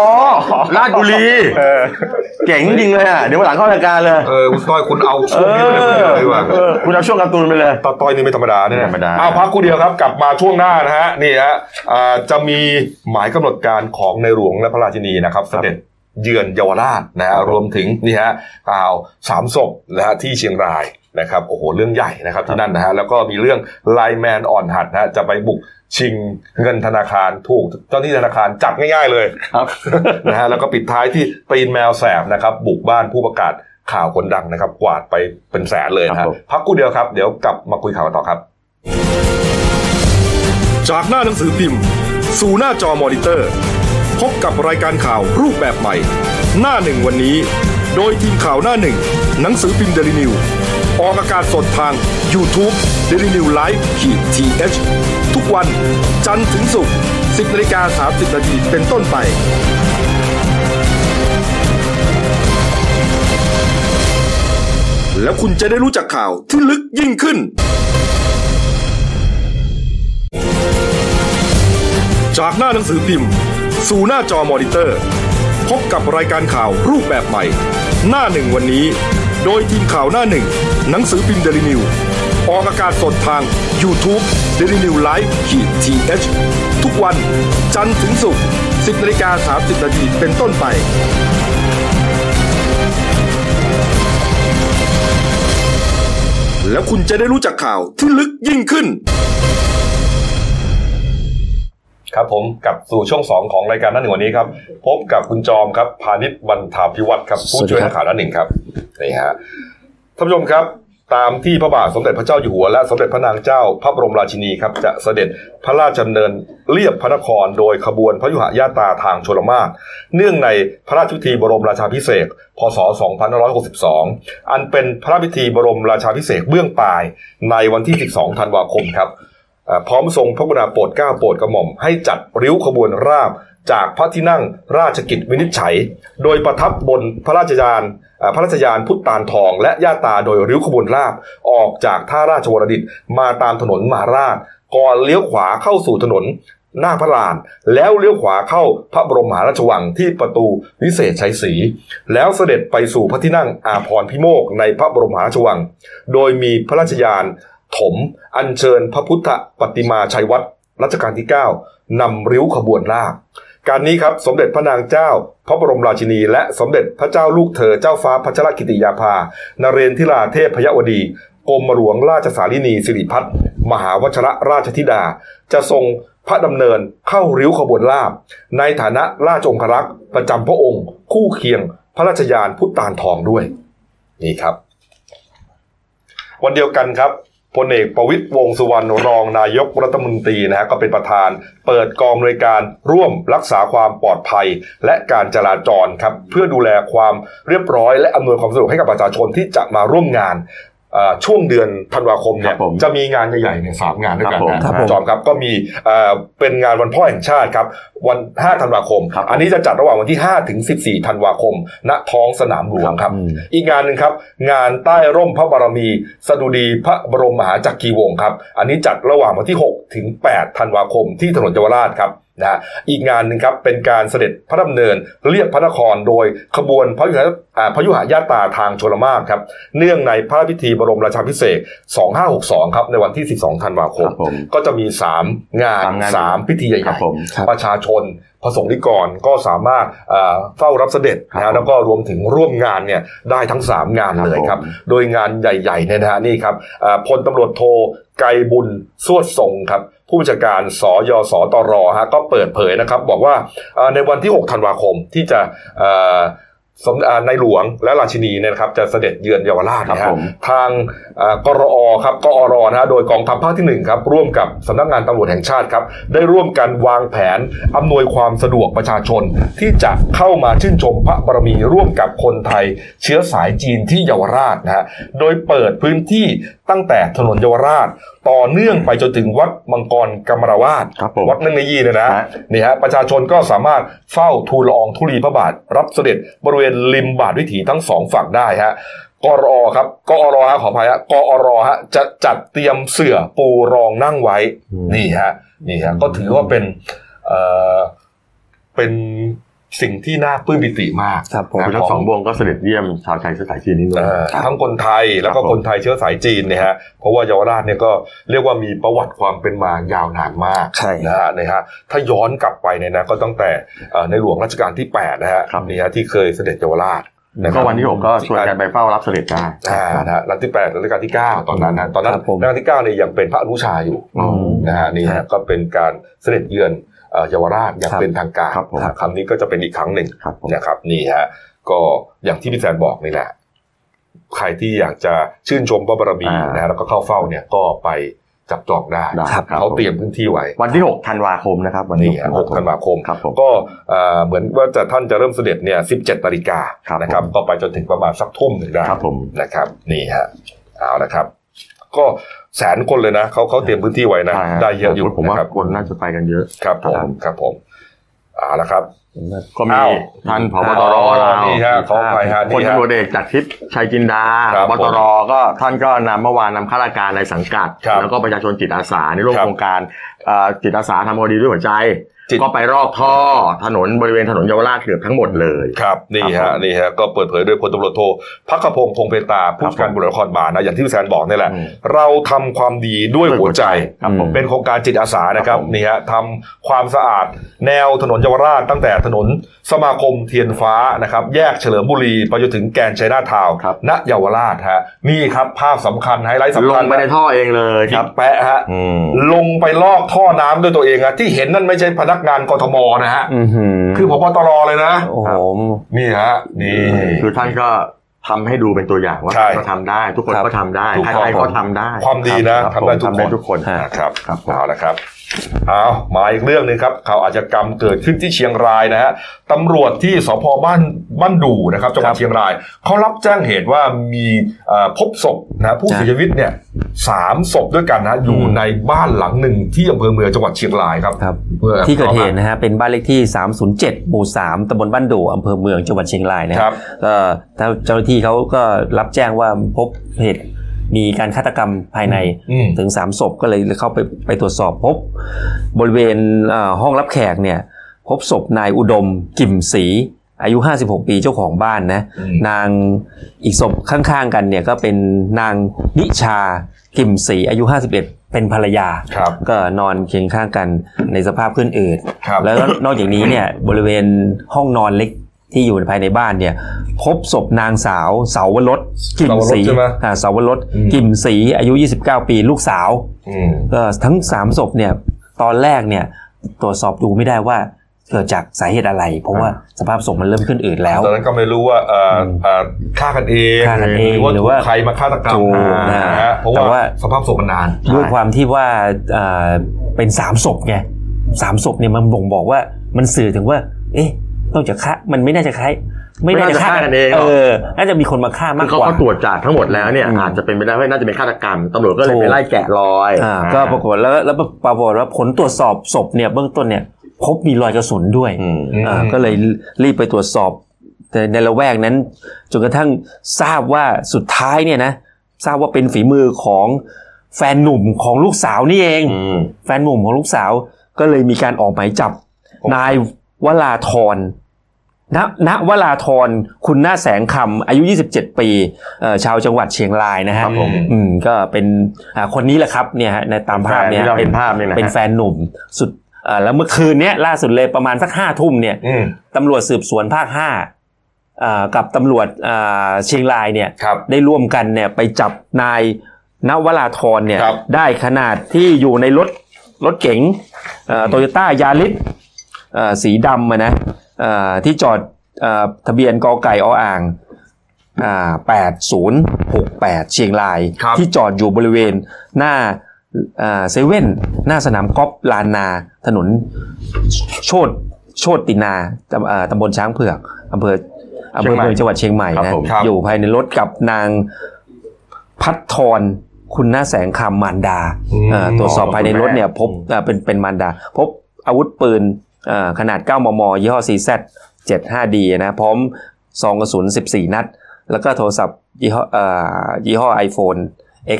Speaker 2: ราชบุรี
Speaker 3: เออ
Speaker 2: เจ๋งจริงเลยอ่ะเดี๋ยววันหลังเข้ารายการเลย
Speaker 1: เออคุณต้อยคุณเอา
Speaker 2: เอ
Speaker 1: ช่วงนี้ไปเลยคุณเลยว่ะ
Speaker 2: อคุณเอาช่วงการ์ตูนไปเลย
Speaker 1: ตาต้อยนี่ไม่ธรรมดาเนี่ย
Speaker 2: ไม่ธรรมดา
Speaker 1: เอาพักกูเดียวครับกลับมาช่วงหน้านะฮะนี่ฮะอ่าจะมีหมายกำหนดการของในหลวงและพระราชินีนะครับเสด็จเยือนเยาวราชนะฮะรวมถึงนี่ฮะกล่าวสามศพนะฮะที่เชียงรายนะครับโอ้โหเรื่องใหญ่นะครับที่นั่นนะฮะแล้วก็มีเรื่องไลแมนอ่อนหัดนะฮะจะไปบุกชิงเงินธนาคารถูกเจ้าหน้าที่ธนาคารจับง่ายๆเลย
Speaker 2: ครับ
Speaker 1: [laughs] นะฮะแล้วก็ปิดท้ายที่ตีนแมวแสบนะครับ บุกบ้านผู้ประกาศข่าวคนดังนะครับ กวาดไปเป็นแสนเลยนะ
Speaker 2: ครั
Speaker 1: ฮะ
Speaker 2: บผม
Speaker 1: พักกูเดียวครับ เดี๋ยวกลับมาคุยข่าวกันต่อครับ
Speaker 4: จากหน้าหนังสือพิมพ์ สู่หน้าจอมอนิเตอร์ พบกับรายการข่าวรูปแบบใหม่ หน้าหนึ่งวันนี้ โดยทีมข่าวหน้าหนึ่ง หนังสือพิมพ์เดลิวิวออกอากาศสดทาง YouTube d e l i n e w l i v e ขีดทีเทุกวันจันทร์ถึงศุกร์10นาฬิกา30นาทีเป็นต้นไป แล้วคุณจะได้รู้จักข่าวที่ลึกยิ่งขึ้น จากหน้าหนังสือพิมพ์ สู่หน้าจอมอนิเตอร์ พบกับรายการข่าวรูปแบบใหม่ หน้าหนึ่งวันนี้ โดยทีมข่าวหน้าหนึ่ง หนังสือพิมพ์เดลิวิวออกอากาศสดทาง YouTube d e l i n e w l i v e ขีดทีเทุกวันจันทร์ถึงศุกร์10นาฬิกา30นาทีเป็นต้นไป แล้วคุณจะได้รู้จักข่าวที่ลึกยิ่งขึ้น
Speaker 1: ครับผมกลับสู่ช่วง 2 ของรายการหนั่นหนึ่งวันนี้ครับ พบกับคุณจอมครับพาณิชย์บรรถาพิวัตรครับผู้ช่วยนักข่าวหนั่นหนึ่งครับนี่ฮะท่านผู้ชมครับ ตามที่พระบาทสมเด็จพระเจ้าอยู่หัวและสมเด็จพระนางเจ้าพระบรมราชินีครับจะเสด็จพระราชดำเนินเรียบพระนครโดยขบวนพระยุหญาตราทางชลมารเนื่องในพระราชพิธีบรมราชาพิเศษกพศ 2562 อันเป็นพระราชพิธีบรมราชาพิเศษกเบื้องปลายในวันที่ 12 ธันวาคมครับ เอ่อพร้อมทรงพระกรุณาโปรดเกล้าโปรดกระหม่อมให้จัดริ้วขบวนราบจากพระที่นั่งราชกิจวินิจฉัย โดยประทับบนพระราชยานเอ่อพระราชยานพุทธตาลทอง และย่าตาโดยริ้วขบวนราบออกจากท่าราชวรดิตมาตามถนนมหาราช ก่อนเลี้ยวขวาเข้าสู่ถนนหน้าพระลาน แล้วเลี้ยวขวาเข้าพระบรมมหาราชวังที่ประตูวิเศษชัยศรีแล้วเสด็จไปสู่พระที่นั่งอาพรพิโมกในพระบรมมหาราชวัง โดยมีพระราชยาน ถมอัญเชิญพระพุทธปฏิมาชัยวัดรัชกาลที่ 9นำริ้วขบวนลาก การนี้ครับสมเด็จพระนางเจ้า พระบรมราชินี และสมเด็จพระเจ้าลูกเธอเจ้าฟ้าพัชรกิติยาภา นเรนทิราเทพพยวดีกรมหลวงราชสารินีสิริพัฒน์มหาวชรราชธิดา จะทรงพระดำเนินเข้าริ้วขบวนลาบ ในฐานะราชองครักษ์ประจำพระองค์ คู่เคียงพระราชยานพุทธตาลทองด้วย นี่ครับ วันเดียวกันครับพลเอกประวิตยวงษ์สุวรรณรองนายกรัฐมนตรีนะฮะก็เป็นประธาน เปิดกองอำนวยการร่วมรักษาความปลอดภัย และการจราจรครับเพื่อดูแลความเรียบร้อย และอำนวยความสะดวกให้กับประชาชนที่จะมาร่วมงานเอ่อช่วงเดือนธันวาคมเนี่
Speaker 2: ค
Speaker 1: ย
Speaker 2: รับผม
Speaker 1: จะมีงานใหญ่ๆเนี่ยสามงานด้วยกันนะครับ
Speaker 2: ผมครับผม
Speaker 1: จอมครับก็มีเอ่อเป็นงานวันพ่อแห่งชาติครับวัน 5 ธันวาคม
Speaker 2: ครับผม
Speaker 1: อันนี้จะจัดระหว่างวันที่ 5 ถึง 14 ธันวาคม ณท้องสนามหลวงครับ
Speaker 2: อืม
Speaker 1: อีกงานหนึ่งครับ งานใต้ร่มพระบารมี สดุดีพระบรมมหาจักรีวงศ์ครับ อันนี้จัดระหว่างวันที่ 6 ถึง 8 ธันวาคมที่ถนนเยาวราชครับ นะฮะอีกงานหนึ่งครับเป็นการเสด็จพระดำเนินเรียบพระนครโดยขบวนพระยุหะอ่าพระยุหญาตราทางชลมารครับเนื่องในพระราชพิธีบรมราชาภิเษก2562 ครับในวันที่ 12 ธันวาค
Speaker 2: ค
Speaker 1: ม
Speaker 2: รับผม
Speaker 1: ก็จะมี 3 งาน
Speaker 2: สามงาน
Speaker 1: 3 พิธีให
Speaker 2: ครั
Speaker 1: ญ่
Speaker 2: บ
Speaker 1: ๆ
Speaker 2: ผม
Speaker 1: ประชาชนประสงค์นิกรก็สามารถเอ่อเฝ้ารับเสด็จนะ
Speaker 2: ครั
Speaker 1: ฮะ
Speaker 2: บผม
Speaker 1: แล้วก็รวมถึงร่วมงานเนี่ยได้ทั้ง 3 งาน
Speaker 2: ครับ
Speaker 1: เลยครับ
Speaker 2: ผม
Speaker 1: โดยงานใหญ่ๆเนี่ยนะฮะนี่ครับเอ่อพลตำรวจโทไกรบุญสวดทรงครับ ผู้บัญชาการสยสตรฮะก็เปิดเผยนะครับ บอกว่าเอ่อในวันที่ 6 ธันวาคมที่จะเอ่อสมเอ่อในหลวงและราชินีเนี่ยนะครับจะเสด็จเยือนเยาวราชนะ
Speaker 2: ครั
Speaker 1: ฮะ
Speaker 2: บผม
Speaker 1: ทางเอ่อกรอครับกอรนะฮะโดยกองทัพภาคที่หนึ่งครับร่วมกับสำนักงานตำรวจแห่งชาติครับได้ร่วมกันวางแผนอำนวยความสะดวกประชาชน ที่จะเข้ามาชื่นชมพระบารมีร่วมกับคนไทย เชื้อสายจีนที่เยาวราชนะฮะโดยเปิดพื้นที่ตั้งแต่ถนนเยาวราช ต่อเนื่องไปจนถึงวัดมังกรกมรวาด
Speaker 2: ครับผม
Speaker 1: วัดนั่งในยีเนี่ยนะ
Speaker 2: ฮะ
Speaker 1: นี่ฮะประชาชนก็สามารถเฝ้าทูลละอองธุลีพระบาท รับเสด็จบริเวณริมบาทวิถีทั้งสองฝั่งได้ฮะกอรอครับกอรอฮะขออภัยฮะกอรอฮะจะจัดเตรียมเสื่อปูรองนั่งไว้ นี่ฮะนี่ฮะก็ถือว่าเป็นเอ่อเป็นสิ่งที่น่าปลื้มปิติมาก
Speaker 5: ครับผม
Speaker 2: ทั้งสองวงก็เสด็จเยี่ยมชาวไทยเชื้อสายจีนนี่ด้วย
Speaker 1: เอ่อทั้งคนไทยแล้วก็
Speaker 2: ครับผม
Speaker 1: คนไทยเชื้อสายจีนเนี่ยฮะเพราะว่าเยาวราชเนี่ยก็เรียกว่ามีประวัติความเป็นมายาวนานมาก
Speaker 5: ใช่
Speaker 1: นะฮะนะฮะถ้าย้อนกลับไปเนี่ยนะก็ตั้งแต่เอ่อในหลวงรัชกาลที่8นะฮะนี่ฮะที่เคยเสด็จเยาวราช
Speaker 2: แล้วก็วันที่หกก็ชวนกันไปเฝ้ารับเสด็จได้
Speaker 1: อ่านะฮะรัชกาลที่8รัชกาลที่ 9 ตอนนั้นนะตอนนั้น
Speaker 5: ครับผม
Speaker 1: รัชกาลที่9เนี่ยยังเป็นพระอนุชาอยู่
Speaker 2: อ๋อ
Speaker 1: นะฮะนี่ฮะก็เป็นการเสด็จเยือนเอ่อเยาวราชอย่างเป็นทางการ
Speaker 2: ครับผม
Speaker 1: ครั้งนี้ก็จะเป็นอีกครั้งหนึ่ง
Speaker 2: ครับผม
Speaker 1: นะครับนี่ฮะก็อย่างที่พี่แซนบอกนี่แหละ ใครที่อยากจะชื่นชมพระบารมี
Speaker 2: อ่าน
Speaker 1: นะฮะแล้วก็เข้าเฝ้าเนี่ยก็ไปจับจองได้
Speaker 2: ได้ครับ
Speaker 1: เขาเตรียมพื้นที่ไว้
Speaker 2: วันที่หกธันวาคมนะครับ วัน
Speaker 1: นี่
Speaker 2: ที่
Speaker 1: ฮะ
Speaker 2: ห
Speaker 1: ห
Speaker 2: ก
Speaker 1: ก
Speaker 2: ธั
Speaker 1: ธั
Speaker 2: น
Speaker 1: นา
Speaker 2: วาวคม
Speaker 1: คม
Speaker 2: ครับผม
Speaker 1: ก็เอ่อเหมือนว่าจะท่านจะเริ่มเสด็จเนี่ย17นาฬิกา
Speaker 2: ครับ
Speaker 1: นะครับ
Speaker 2: ผม
Speaker 1: ก็ไปจนถึงประมาณสักทุ่มหนึ่งได้
Speaker 2: ครับผม
Speaker 1: นะครับนี่ฮะเอาละครับ ก็แสนคนเลยนะเขาเขาเตรียมพื้นที่ไว้นะ
Speaker 2: ใช่ฮ
Speaker 1: ได้เยอะอยู่
Speaker 2: ผมว่า
Speaker 1: นะครับ
Speaker 2: คนน่าจะไปกันเยอะ
Speaker 1: ครับผม
Speaker 2: ครับ
Speaker 1: ครับผมเอาละครับ
Speaker 2: ก็มี
Speaker 1: อ้าว
Speaker 2: ท่านผบตร
Speaker 1: อ๋อ
Speaker 2: เรา
Speaker 1: นี่ฮะขออภัยฮะนี่ฮะ
Speaker 2: พลตำรวจเอกจักรทิพย์ชัยจินดา
Speaker 1: ครับ
Speaker 2: ผบตรก็ท่านก็นำเมื่อวานนำข้าราชการในสังกัด
Speaker 1: ครับ
Speaker 2: แล้วก็ประชาชนจิตอาสาในร่วม
Speaker 1: ครับ
Speaker 2: โครงการเอ่อจิตอาสาทำเอาดีด้วยหัวใจ
Speaker 1: จิต
Speaker 2: ก็ไปรอกท่อถนนบริเวณถนนเยาวราชเกือบทั้งหมดเลย
Speaker 1: ครับนี่
Speaker 2: ครั
Speaker 1: ฮะ
Speaker 2: บผม
Speaker 1: นี่ฮะก็เปิดเผยโดยพลตำรวจโทพักขพงศ์พงเพตาผู้จัดการบุรพนครบาลนะอย่างที่พี่แซนบอกนี่แหละ
Speaker 2: อืม
Speaker 1: เราทำความดีด้วยหัวใจ
Speaker 2: ครับผม
Speaker 1: เป็นโครงการจิตอาสานะครับ
Speaker 2: ครับผม
Speaker 1: นี่ฮะทำความสะอาดแนวถนนเยาวราช ตั้งแต่ถนนสมาคมเทียนฟ้านะครับแยกเฉลิมบุรีไปจนถึงแกนชัยนาทาวน์
Speaker 2: ครับ
Speaker 1: ณเยาวราชฮะนี่ครับภาพสำคัญไฮไลท์สำ
Speaker 2: ล
Speaker 1: คัญ
Speaker 2: งไปในท่อเองเลย
Speaker 1: ค
Speaker 2: ค
Speaker 1: รั
Speaker 2: รั
Speaker 1: บบ แปะฮะ
Speaker 2: อืม
Speaker 1: ลงไปลอกท่อน้ำด้วยตัวเองอะที่เห็นนั่นไม่ใช่พนักงานกทมนะฮะ
Speaker 5: อื้อหือ
Speaker 1: คือพบตรเลยนะ
Speaker 5: โอ้โห
Speaker 1: นี่ฮะนี่
Speaker 2: คือท่านก็ทำให้ดูเป็นตัวอย่างว่า
Speaker 1: ใช่
Speaker 2: ก็ทำได้ ทุกคน
Speaker 5: ครับ
Speaker 2: ก็ทำได้
Speaker 1: ถูกต้อง
Speaker 2: ใครๆ
Speaker 1: ครั
Speaker 2: ก็
Speaker 1: บ
Speaker 2: ทำได้
Speaker 1: ความดีนะครับทำได้
Speaker 2: ผม
Speaker 1: ทุกคน
Speaker 2: ฮะ
Speaker 1: นะครับ
Speaker 2: ครับผม
Speaker 1: เอาละครับเอามาอีกเรื่องหนึงครับข่าวอาชญากรรมเกิดขึ้นที่เชียงรายนะฮะตำรวจที่สพบ้านบ้านดูนะครับจังหวัดเชียงรายเขารับแจ้งเหตุว่ามีเอ่อพบศพนะผู้เสียชีวิตเนี่ยสามศพด้วยกันนะอยู่ในบ้านหลังหนึ่งที่อำเภอเมืองจังหวัดเชียงรายครับ
Speaker 5: ครับ
Speaker 1: เมื่อ
Speaker 5: ที่เกิดเหตุนะฮะเป็นบ้านเลขที่ 307หมู่3ตำบลบ้านโดอำเภอเมืองจังหวัดเชียงรายนะ
Speaker 1: ค
Speaker 5: ค
Speaker 1: รั
Speaker 5: รับบ ก็ถ้าเจ้าหน้าที่เขาก็รับแจ้งว่าพบเหตุมีการฆาตกรรมภายใน
Speaker 1: อืม
Speaker 5: ถึง 3 ศพก็เลยเข้าไปไปตรวจสอบพบ บริเวณเอ่อห้องรับแขกเนี่ยพบศพนายอุดมกิ่มศรีอายุ 56 ปีเจ้าของบ้านนะ
Speaker 1: อืม
Speaker 5: นางอีกศพข้างๆกันเนี่ยก็เป็นนางนิชากิ่มศรีอายุ 51 เป็นภรรยา
Speaker 1: ครับ
Speaker 5: ก็นอนเคียงข้างกันในสภาพขึ้นอืด
Speaker 1: ครับ
Speaker 5: แล้วก็นอกจากนี้เนี่ยบริเวณห้องนอนเล็กที่อยู่ภายในบ้านเนี่ยพบศพนางสาวเสาวรสกิมศรี
Speaker 1: เสาวรสใช่ไหม
Speaker 5: อ่าเสาวรส
Speaker 1: อืม
Speaker 5: กิมศรีอายุ 29 ปีลูกสาว
Speaker 1: อืม
Speaker 5: เอ่อทั้ง 3 ศพเนี่ยตอนแรกเนี่ยตรวจสอบดูไม่ได้ว่าเกิดจากสาเหตุอะไร เพราะว่าสภาพศพมันเริ่มขึ้นอืดแล้ว
Speaker 1: ตอนนั้นก็ไม่รู้ว่าเอ่อเอ่อฆ่ากันเอง
Speaker 5: ฆ่ากันเอง
Speaker 1: ห
Speaker 5: หรื
Speaker 1: รือ
Speaker 5: อ
Speaker 1: ว่า
Speaker 5: ว่า
Speaker 1: ใครมาฆาตกรรม
Speaker 5: ถูก
Speaker 1: มานะฮะเพราะ
Speaker 5: แต่
Speaker 1: ว่า
Speaker 5: ว่า
Speaker 1: สภาพศพมันนาน
Speaker 5: ด้วยความที่ว่าเอ่อเป็นสามศพไงสามศพเนี่ยมันบ่งบอกว่ามันสื่อถึงว่า เอ๊ะนอกจากฆ่ามันไม่น่าจะฆ่าไม่น่าจะฆ่า
Speaker 2: ไม่น่าจะฆ่ากันเองหร
Speaker 5: เอ
Speaker 2: อ
Speaker 5: อน่าจะมีคนมาฆ่ามาก
Speaker 2: คือก
Speaker 5: ว่า
Speaker 2: เขาตรวจจากทั้งหมดแล้วเนี่ย
Speaker 5: อืม
Speaker 2: อาจจะเป็นไปได้ว่าน่าจะเป็นฆาตกรรมตำรวจก็เลย
Speaker 5: ถูก
Speaker 2: ไปไล่แกะรอย
Speaker 5: อ่า
Speaker 2: อ่า
Speaker 5: ก็ปรากฏแล้วแล้วปรากฏว่าผลตรวจสอบศพเนี่ยเบื้องต้นเนี่ยพบมีรอยกระสุนด้วย
Speaker 2: อืม
Speaker 5: อ่าก็เลยรีบไปตรวจสอบ แต่ในละแวกนั้นจนกระทั่งทราบว่าสุดท้ายเนี่ยนะทราบว่าเป็นฝีมือของแฟนหนุ่มของลูกสาวนี่เอง
Speaker 2: อืม
Speaker 5: แฟนหนุ่มของลูกสาวก็เลยมีการออกหมายจับ นายวราธรณณวราธรคุณหน้าแสงคำอายุ 27 ปีเอ่อชาวจังหวัดเชียงรายนะฮะ
Speaker 2: ครับผม
Speaker 5: อืมก็เป็นอ่าคนนี้แหละครับเนี่ยฮะในตามภาพเนี่ย
Speaker 2: ที่เรา
Speaker 5: เป็
Speaker 2: เห็
Speaker 5: น
Speaker 2: นภาพเนี่ยนะ
Speaker 5: เป็น
Speaker 2: ฮะ
Speaker 5: แฟนหนุ่มสุดเอ่อแล้วเมื่อคืนเนี้ยล่าสุดเลยประมาณสักห้าทุ่มเนี่ย
Speaker 1: อืม
Speaker 5: ตำรวจสืบสวนภาคห้าเอ่อกับตำรวจเอ่อเชียงรายเนี่ย
Speaker 1: ครับ
Speaker 5: ได้ร่วมกันเนี่ยไปจับนายนวราธรเนี่ย
Speaker 1: ครับ
Speaker 5: ได้ขนาดที่อยู่ในรถรถเก๋งโตโยต้ายาริสสีดำอะนะเอ่อที่จอดเอ่อทะเบียนกอไก่ออ่าง 8068 เชียงราย
Speaker 1: ครับ
Speaker 5: ที่จอดอยู่บริเวณหน้าเซเว่นหน้าสนามกอล์ฟลานนาถนนโชดโชดตินาตำเอ่อตำบลช้างเผือกอำเภออำเภอเมืองจังหวัดเชียงใหม่
Speaker 2: ครับ
Speaker 5: นะ
Speaker 2: ผม
Speaker 1: ครับ
Speaker 5: อยู่ภายในรถกับนางพัทธรคุณหน้าแสงคำมารดาเอ่อตรวจสอบภายในรถเนี่ยพบเอ่อเป็นเป็นมารดา พบอาวุธปืนเอ่อขนาด 9 มม ยี่ห้อ CZ 75D นะพร้อม ซองกระสุน 14 นัด แล้วก็โทรศัพท์ยี่ห้อเอ่อยี่ห้อ iPhone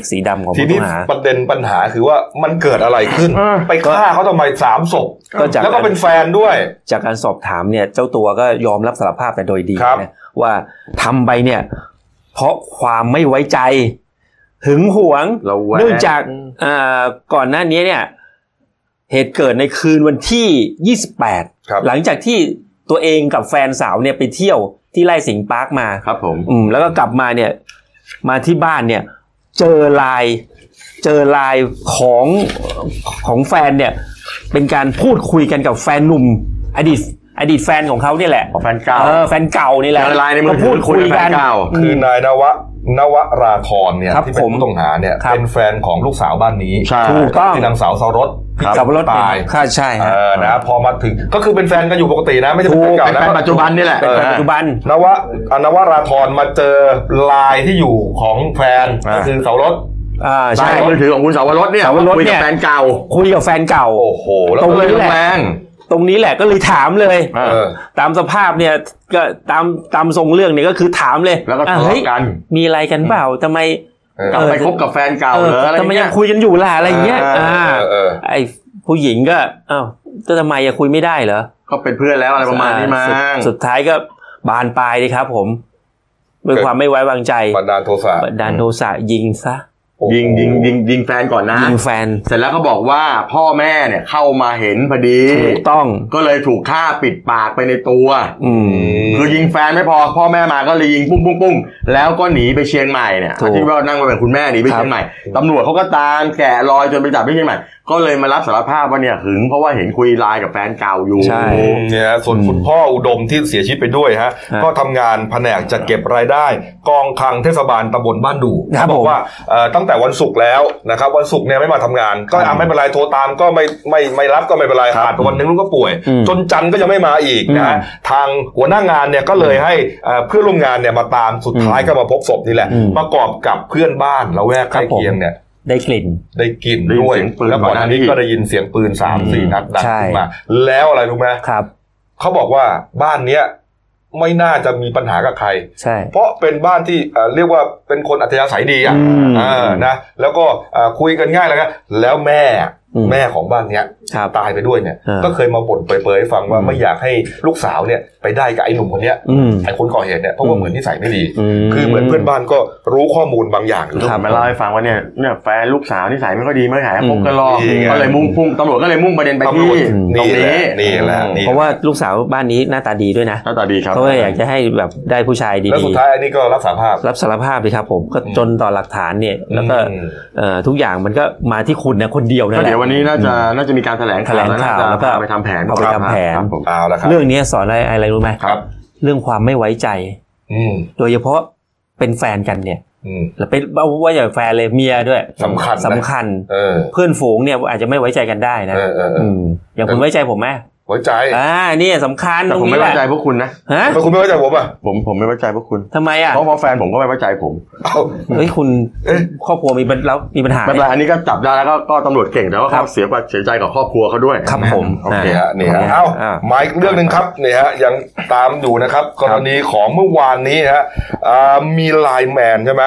Speaker 5: X สีดำของ
Speaker 1: ที
Speaker 5: ผู้
Speaker 1: นี้
Speaker 5: ต้องหา
Speaker 1: ประเด็นปัญหาคือว่ามันเกิดอะไรขึ้น
Speaker 2: เออ
Speaker 1: ไปฆ่าเขาทำไมสามศพ
Speaker 5: ก็จาก
Speaker 1: แล้วก็เป็นแฟนด้วย
Speaker 5: จากการสอบถามเนี่ยเจ้าตัวก็ยอมรับสารภาพแต่โดยดี
Speaker 1: ครับ
Speaker 5: นะว่าทำไปเนี่ย เพราะความไม่ไว้ใจ หึงหวง
Speaker 2: เราแวะ
Speaker 5: เนื่องจากเอ่อก่อนหน้านี้เนี่ยเหตุเกิดในคืนวันที่ 28
Speaker 1: ครับ
Speaker 5: หลังจากที่ตัวเองกับแฟนสาวเนี่ยไปเที่ยวที่ไร่สิงห์ปาร์คมา
Speaker 2: ครับผม
Speaker 5: อืมแล้วก็กลับมาเนี่ยมาที่บ้านเนี่ย เจอลายเจอลายของของแฟนเนี่ย เป็นการพูดคุยกันกับแฟนหนุ่ม อดีต อดีตแฟนของเขาเนี่ยแหละ
Speaker 2: ของแฟนเก่า
Speaker 5: เออแฟนเก่านี่แหละ
Speaker 2: เจอลายในมือถือ
Speaker 5: ก็พูดคุยกั
Speaker 2: คุ
Speaker 5: น
Speaker 2: ยกับแฟนเก่า
Speaker 1: คือนายนวะนวราธรเนี่ย
Speaker 5: ครับ
Speaker 1: ที่เป็น
Speaker 5: ผม
Speaker 1: ผู้ต้องหาเนี่ย
Speaker 5: ครับ
Speaker 1: เป็นแฟนของลูกสาวบ้านนี้
Speaker 2: ใช่
Speaker 5: ถูกต้อง
Speaker 1: ที่นางสาวสรสที่
Speaker 5: ขับรถ
Speaker 1: ตาย
Speaker 5: ค่ะใช่ฮะ
Speaker 1: เออนะพอมาถึงก็คือเป็นแฟนกันอยู่ปกตินะไม่ใช่
Speaker 2: ถู
Speaker 1: เป็นแฟ
Speaker 2: ก
Speaker 1: นเก่านะ
Speaker 2: เป็นแฟนปัจจุบันนี่แหละ
Speaker 5: เป็นแฟนปัจจุบัน
Speaker 1: นวะอนวราธรมาเจอลายที่อยู่ของแฟน
Speaker 2: อ่า
Speaker 1: ก็คือสารส
Speaker 5: อ่า
Speaker 2: ใช่
Speaker 5: ใช่
Speaker 2: มือถือของคุณสาวรสเนี่ย
Speaker 5: สาวรส
Speaker 2: คุย
Speaker 5: เนี่
Speaker 2: กับ
Speaker 5: ย
Speaker 2: แฟนเก่า
Speaker 5: คุยกับแฟนเก่า
Speaker 1: โอ้โห แล้ว
Speaker 5: ตร
Speaker 2: ก็เลย
Speaker 5: นี่
Speaker 2: รุน
Speaker 5: แหละ
Speaker 2: แรง
Speaker 5: ตรงนี้แหละก็เลยถามเลย
Speaker 2: เอ
Speaker 1: เอ
Speaker 2: อ
Speaker 1: อ
Speaker 5: ตามสภาพเนี่ยก็ตามตามทรงเรื่องเนี่ยก็คือถามเลย
Speaker 2: แล้วก็ทะ
Speaker 5: อ่ะ
Speaker 2: เลาะ
Speaker 5: ฮ้ย
Speaker 2: กัน
Speaker 5: มีอะไรกันเปล่าทำไม
Speaker 1: เออ
Speaker 2: กลับไปคบกับแฟนเก่า
Speaker 5: เอ
Speaker 2: เหรอ
Speaker 5: อ
Speaker 2: อะไรอ
Speaker 5: ทำ
Speaker 2: ย่าง
Speaker 5: ไม
Speaker 2: เงี้
Speaker 5: ยั
Speaker 2: ย
Speaker 5: งคุยกันอยู่ล่ะอะไรอย่างเงี้ย
Speaker 2: อ่า
Speaker 5: อ่า
Speaker 1: เออเออ
Speaker 5: ไอผู้หญิงก็อ้าวแล้วทำไมอะคุยไม่ได้เหรอ
Speaker 2: ก็เป็นเพื่อนแล้วอะไรประมาณนี้มั้
Speaker 5: อ่
Speaker 2: ง
Speaker 5: สุดสุดท้ายก็บานปลายเลยครับ ผมด้วย
Speaker 1: เกิด
Speaker 5: ความไม่ไว้วางใจ
Speaker 1: บันดาลโทสะ
Speaker 5: บันดาลโทสะยิงซะ
Speaker 1: โอ้โห
Speaker 2: ยิงยิงยิงยิงแฟนก่อนนะ
Speaker 5: ยิงแฟน
Speaker 2: เสร็จแล้วก็บอกว่าพ่อแม่เนี่ยเข้ามาเห็นพอดี
Speaker 5: ถูกต้อง
Speaker 2: ก็เลยถูกฆ่าปิดปากไปในตัว
Speaker 5: อืม
Speaker 2: คือยิงแฟนไม่พอพ่อแม่มาก็เลยยิงปุ้งปุ้งปุ้งแล้วก็หนีไปเชียงใหม่เนี่ย
Speaker 5: ถูก
Speaker 2: ที่ว่านั่งไปเป็นคุณแม่หนีไป
Speaker 5: ครับ
Speaker 2: เชียงใหม่ตำรวจเขาก็ตามแกะรอยจนไปจับที่เชียงใหม่ ก็เลยมารับสารภาพว่าเนี่ยหึงเพราะว่าเห็นคุยไลน์กับแฟนเก่าอยู่
Speaker 5: ใช่
Speaker 1: เนี่ยส่วนคุณพ่ออุดมที่เสียชีวิตไปด้วยฮะ
Speaker 5: ฮะ
Speaker 1: ก็ทำงานแผนกจัดเก็บรายได้ กองคลังเทศบาลตำบลบ้านดู
Speaker 5: ครับ
Speaker 1: อก
Speaker 5: ผม
Speaker 1: ว่าเอ่อตั้งแต่วันศุกร์แล้วนะครับ วันศุกร์เนี่ยไม่มาทำงาน ก็อ่ะไม่เป็นไรโทรตามก็ไม่ไม่ไม่รับก็ไม่เป็นไรขาดไปวันหนึงลูกก็ป่วย
Speaker 5: อืม
Speaker 1: จนจันทร์ก็ยังไม่มาอีกนะฮะ
Speaker 5: อืม
Speaker 1: ทางหัวหน้างานเนี่ยก็เลยให้เอ่อเพื่อนร่วมงานเนี่ยมาตามสุดท้ายก็มาพบศพนี่แหละ
Speaker 5: อืม
Speaker 1: ประกอบกับเพื่อนบ้านละแวกใกล้
Speaker 5: ครับผม
Speaker 1: เคียงเนี่ย
Speaker 5: ได้กลิ่น
Speaker 1: ได้กลิ่นด้วย
Speaker 2: ได้ยินเสียงปืน
Speaker 1: แล้วก่อนหน้านี้
Speaker 2: ก่อนหน้านี้
Speaker 1: ก็ได้ยินเสียงปืนสามสี่นัดดัง
Speaker 5: ใช่
Speaker 1: ขึ้นมา แล้วอะไรรู้ไหม
Speaker 5: ครับ
Speaker 1: เขาบอกว่าบ้านเนี้ยไม่น่าจะมีปัญหากับใคร
Speaker 5: ใช่
Speaker 1: เพราะเป็นบ้านที่เอ่อเรียกว่าเป็นคนอัธยาศัยดีอ่ะ
Speaker 5: อืม
Speaker 1: เออนะแล้วก็เอ่อคุยกันง่ายแล้วก็แล้วแม่
Speaker 5: อืม
Speaker 1: แม่ของบ้านเนี้ย
Speaker 5: ครับ
Speaker 1: ตายไปด้วยเนี่ย
Speaker 5: อ่า
Speaker 1: ก็เคยมาบ่นเปรยๆให้ฟังว่า
Speaker 5: อืม
Speaker 1: ไม่อยากให้ลูกสาวเนี่ยไปได้กับไอ้หนุ่มคนเนี้ย
Speaker 5: อืม
Speaker 1: ไอ้คนก่อเหตุเนี่ยเพราะว่าเหมือนนิสัยไม่ดี
Speaker 5: ม
Speaker 1: คือเหมือนเพื่อนบ้านก็รู้ข้อมูลบางอย่างอยู่
Speaker 2: ลูก
Speaker 5: ครับ
Speaker 2: มาเล่าให้ฟังว่าเนี่ยเนี่ยแฟนลูกสาวนิสัยไม่ค่อยดีไม่หาย
Speaker 5: อืม
Speaker 2: คบกันหรอก
Speaker 1: นี่ไง
Speaker 2: ก็เลยมุ่งพุ่งตำรวจก็เลยมุ่งประเด็นไป
Speaker 1: ตำร
Speaker 2: ที่
Speaker 1: วจ
Speaker 2: ตรง
Speaker 1: นี่แห
Speaker 2: นี้
Speaker 1: ละนี่แหละนี่
Speaker 5: เพราะว่าลูกสาวบ้านนี้หน้าตาดีด้วยนะ
Speaker 2: หน้าตาดีครับ
Speaker 5: เขาก็อยากจะให้แบบได้ผู้ชาย
Speaker 1: แล้ว
Speaker 5: ดี
Speaker 1: สุดท้ายอันนี้ก็รับสารภาพ
Speaker 5: ๆรับสารภาพเลยครับ ผมก็จนต่อหลักฐานเนี่ย แล้วก็
Speaker 1: อืม
Speaker 5: เอ่อทุกอย่างมันก็มาที่คุณนะคนเดียวนั่
Speaker 2: ก็
Speaker 5: นแหละ
Speaker 2: เดี๋ยววันนี้น่าจะน่าจะมีการแถลงข่าว
Speaker 5: แถลงข่าว
Speaker 2: น่จะ
Speaker 5: แล้วก็
Speaker 2: พาไปทำแผน
Speaker 5: เอาไปทำแผน
Speaker 2: ครับผม
Speaker 1: เอาละครับ
Speaker 5: เรื่องนี้สอนอะไรอะไรรู้ไหม
Speaker 1: ครับ
Speaker 5: เรื่องความไม่ไว้ใจ
Speaker 1: อืม
Speaker 5: โดยเฉพาะเป็นแฟนกันเนี่ย
Speaker 1: อืม
Speaker 5: แล้วเป็นว่าว่าอย่างแฟนเลยเมียด้วย
Speaker 1: สำคัญนะ
Speaker 5: สำคัญ
Speaker 1: เออ
Speaker 5: เพื่อนฝูงเนี่ยอาจจะไม่ไว้ใจกันได้นะ
Speaker 1: เออเออเออ
Speaker 5: มอย่างคุณไว้ใจผมไหม
Speaker 1: หัวใจ
Speaker 5: อ่านี่สำคัญ
Speaker 2: แต่
Speaker 5: ตรง
Speaker 2: ผม
Speaker 5: นี้
Speaker 2: ไม่
Speaker 5: แห
Speaker 2: ไว้
Speaker 5: ละ
Speaker 2: ใจพวกคุณนะ
Speaker 5: ฮะ
Speaker 1: ทำไมคุณไม่ไว้ใจผมอ่ะ
Speaker 2: ผมผมไม่ไว้ใจพวกคุณ
Speaker 5: ทำไมอ่ะ
Speaker 2: เพราะเพราะแฟนผมก็ไม่ไว้ใจผม
Speaker 1: เอ้า
Speaker 5: เฮ้ยคุณ
Speaker 1: เอ๊ะ
Speaker 5: ครอบครัวมีปัญแล้วมีปัญหา
Speaker 2: ไม่เป็นไรอันนี้ก็จับได้แล้วก็ก็ตำรวจเก่งแต่ว่า
Speaker 5: ครั
Speaker 2: เขา
Speaker 5: บ
Speaker 2: เสียความเสียใจกับครอบครัวเขาด้วย
Speaker 5: ครับ
Speaker 2: นะ
Speaker 5: ผม
Speaker 2: โอเค
Speaker 1: นี่
Speaker 5: อ่า
Speaker 1: ฮะนี่ฮะ
Speaker 5: อ่
Speaker 1: เอ้า
Speaker 5: อ่า
Speaker 1: มาอีกเรื่องหนึ่งครับนี่ฮะยังตามอยู่นะครับกรณีของเมื่อวานนี้ฮะอ่ามีไลน์แมนใช่ไหม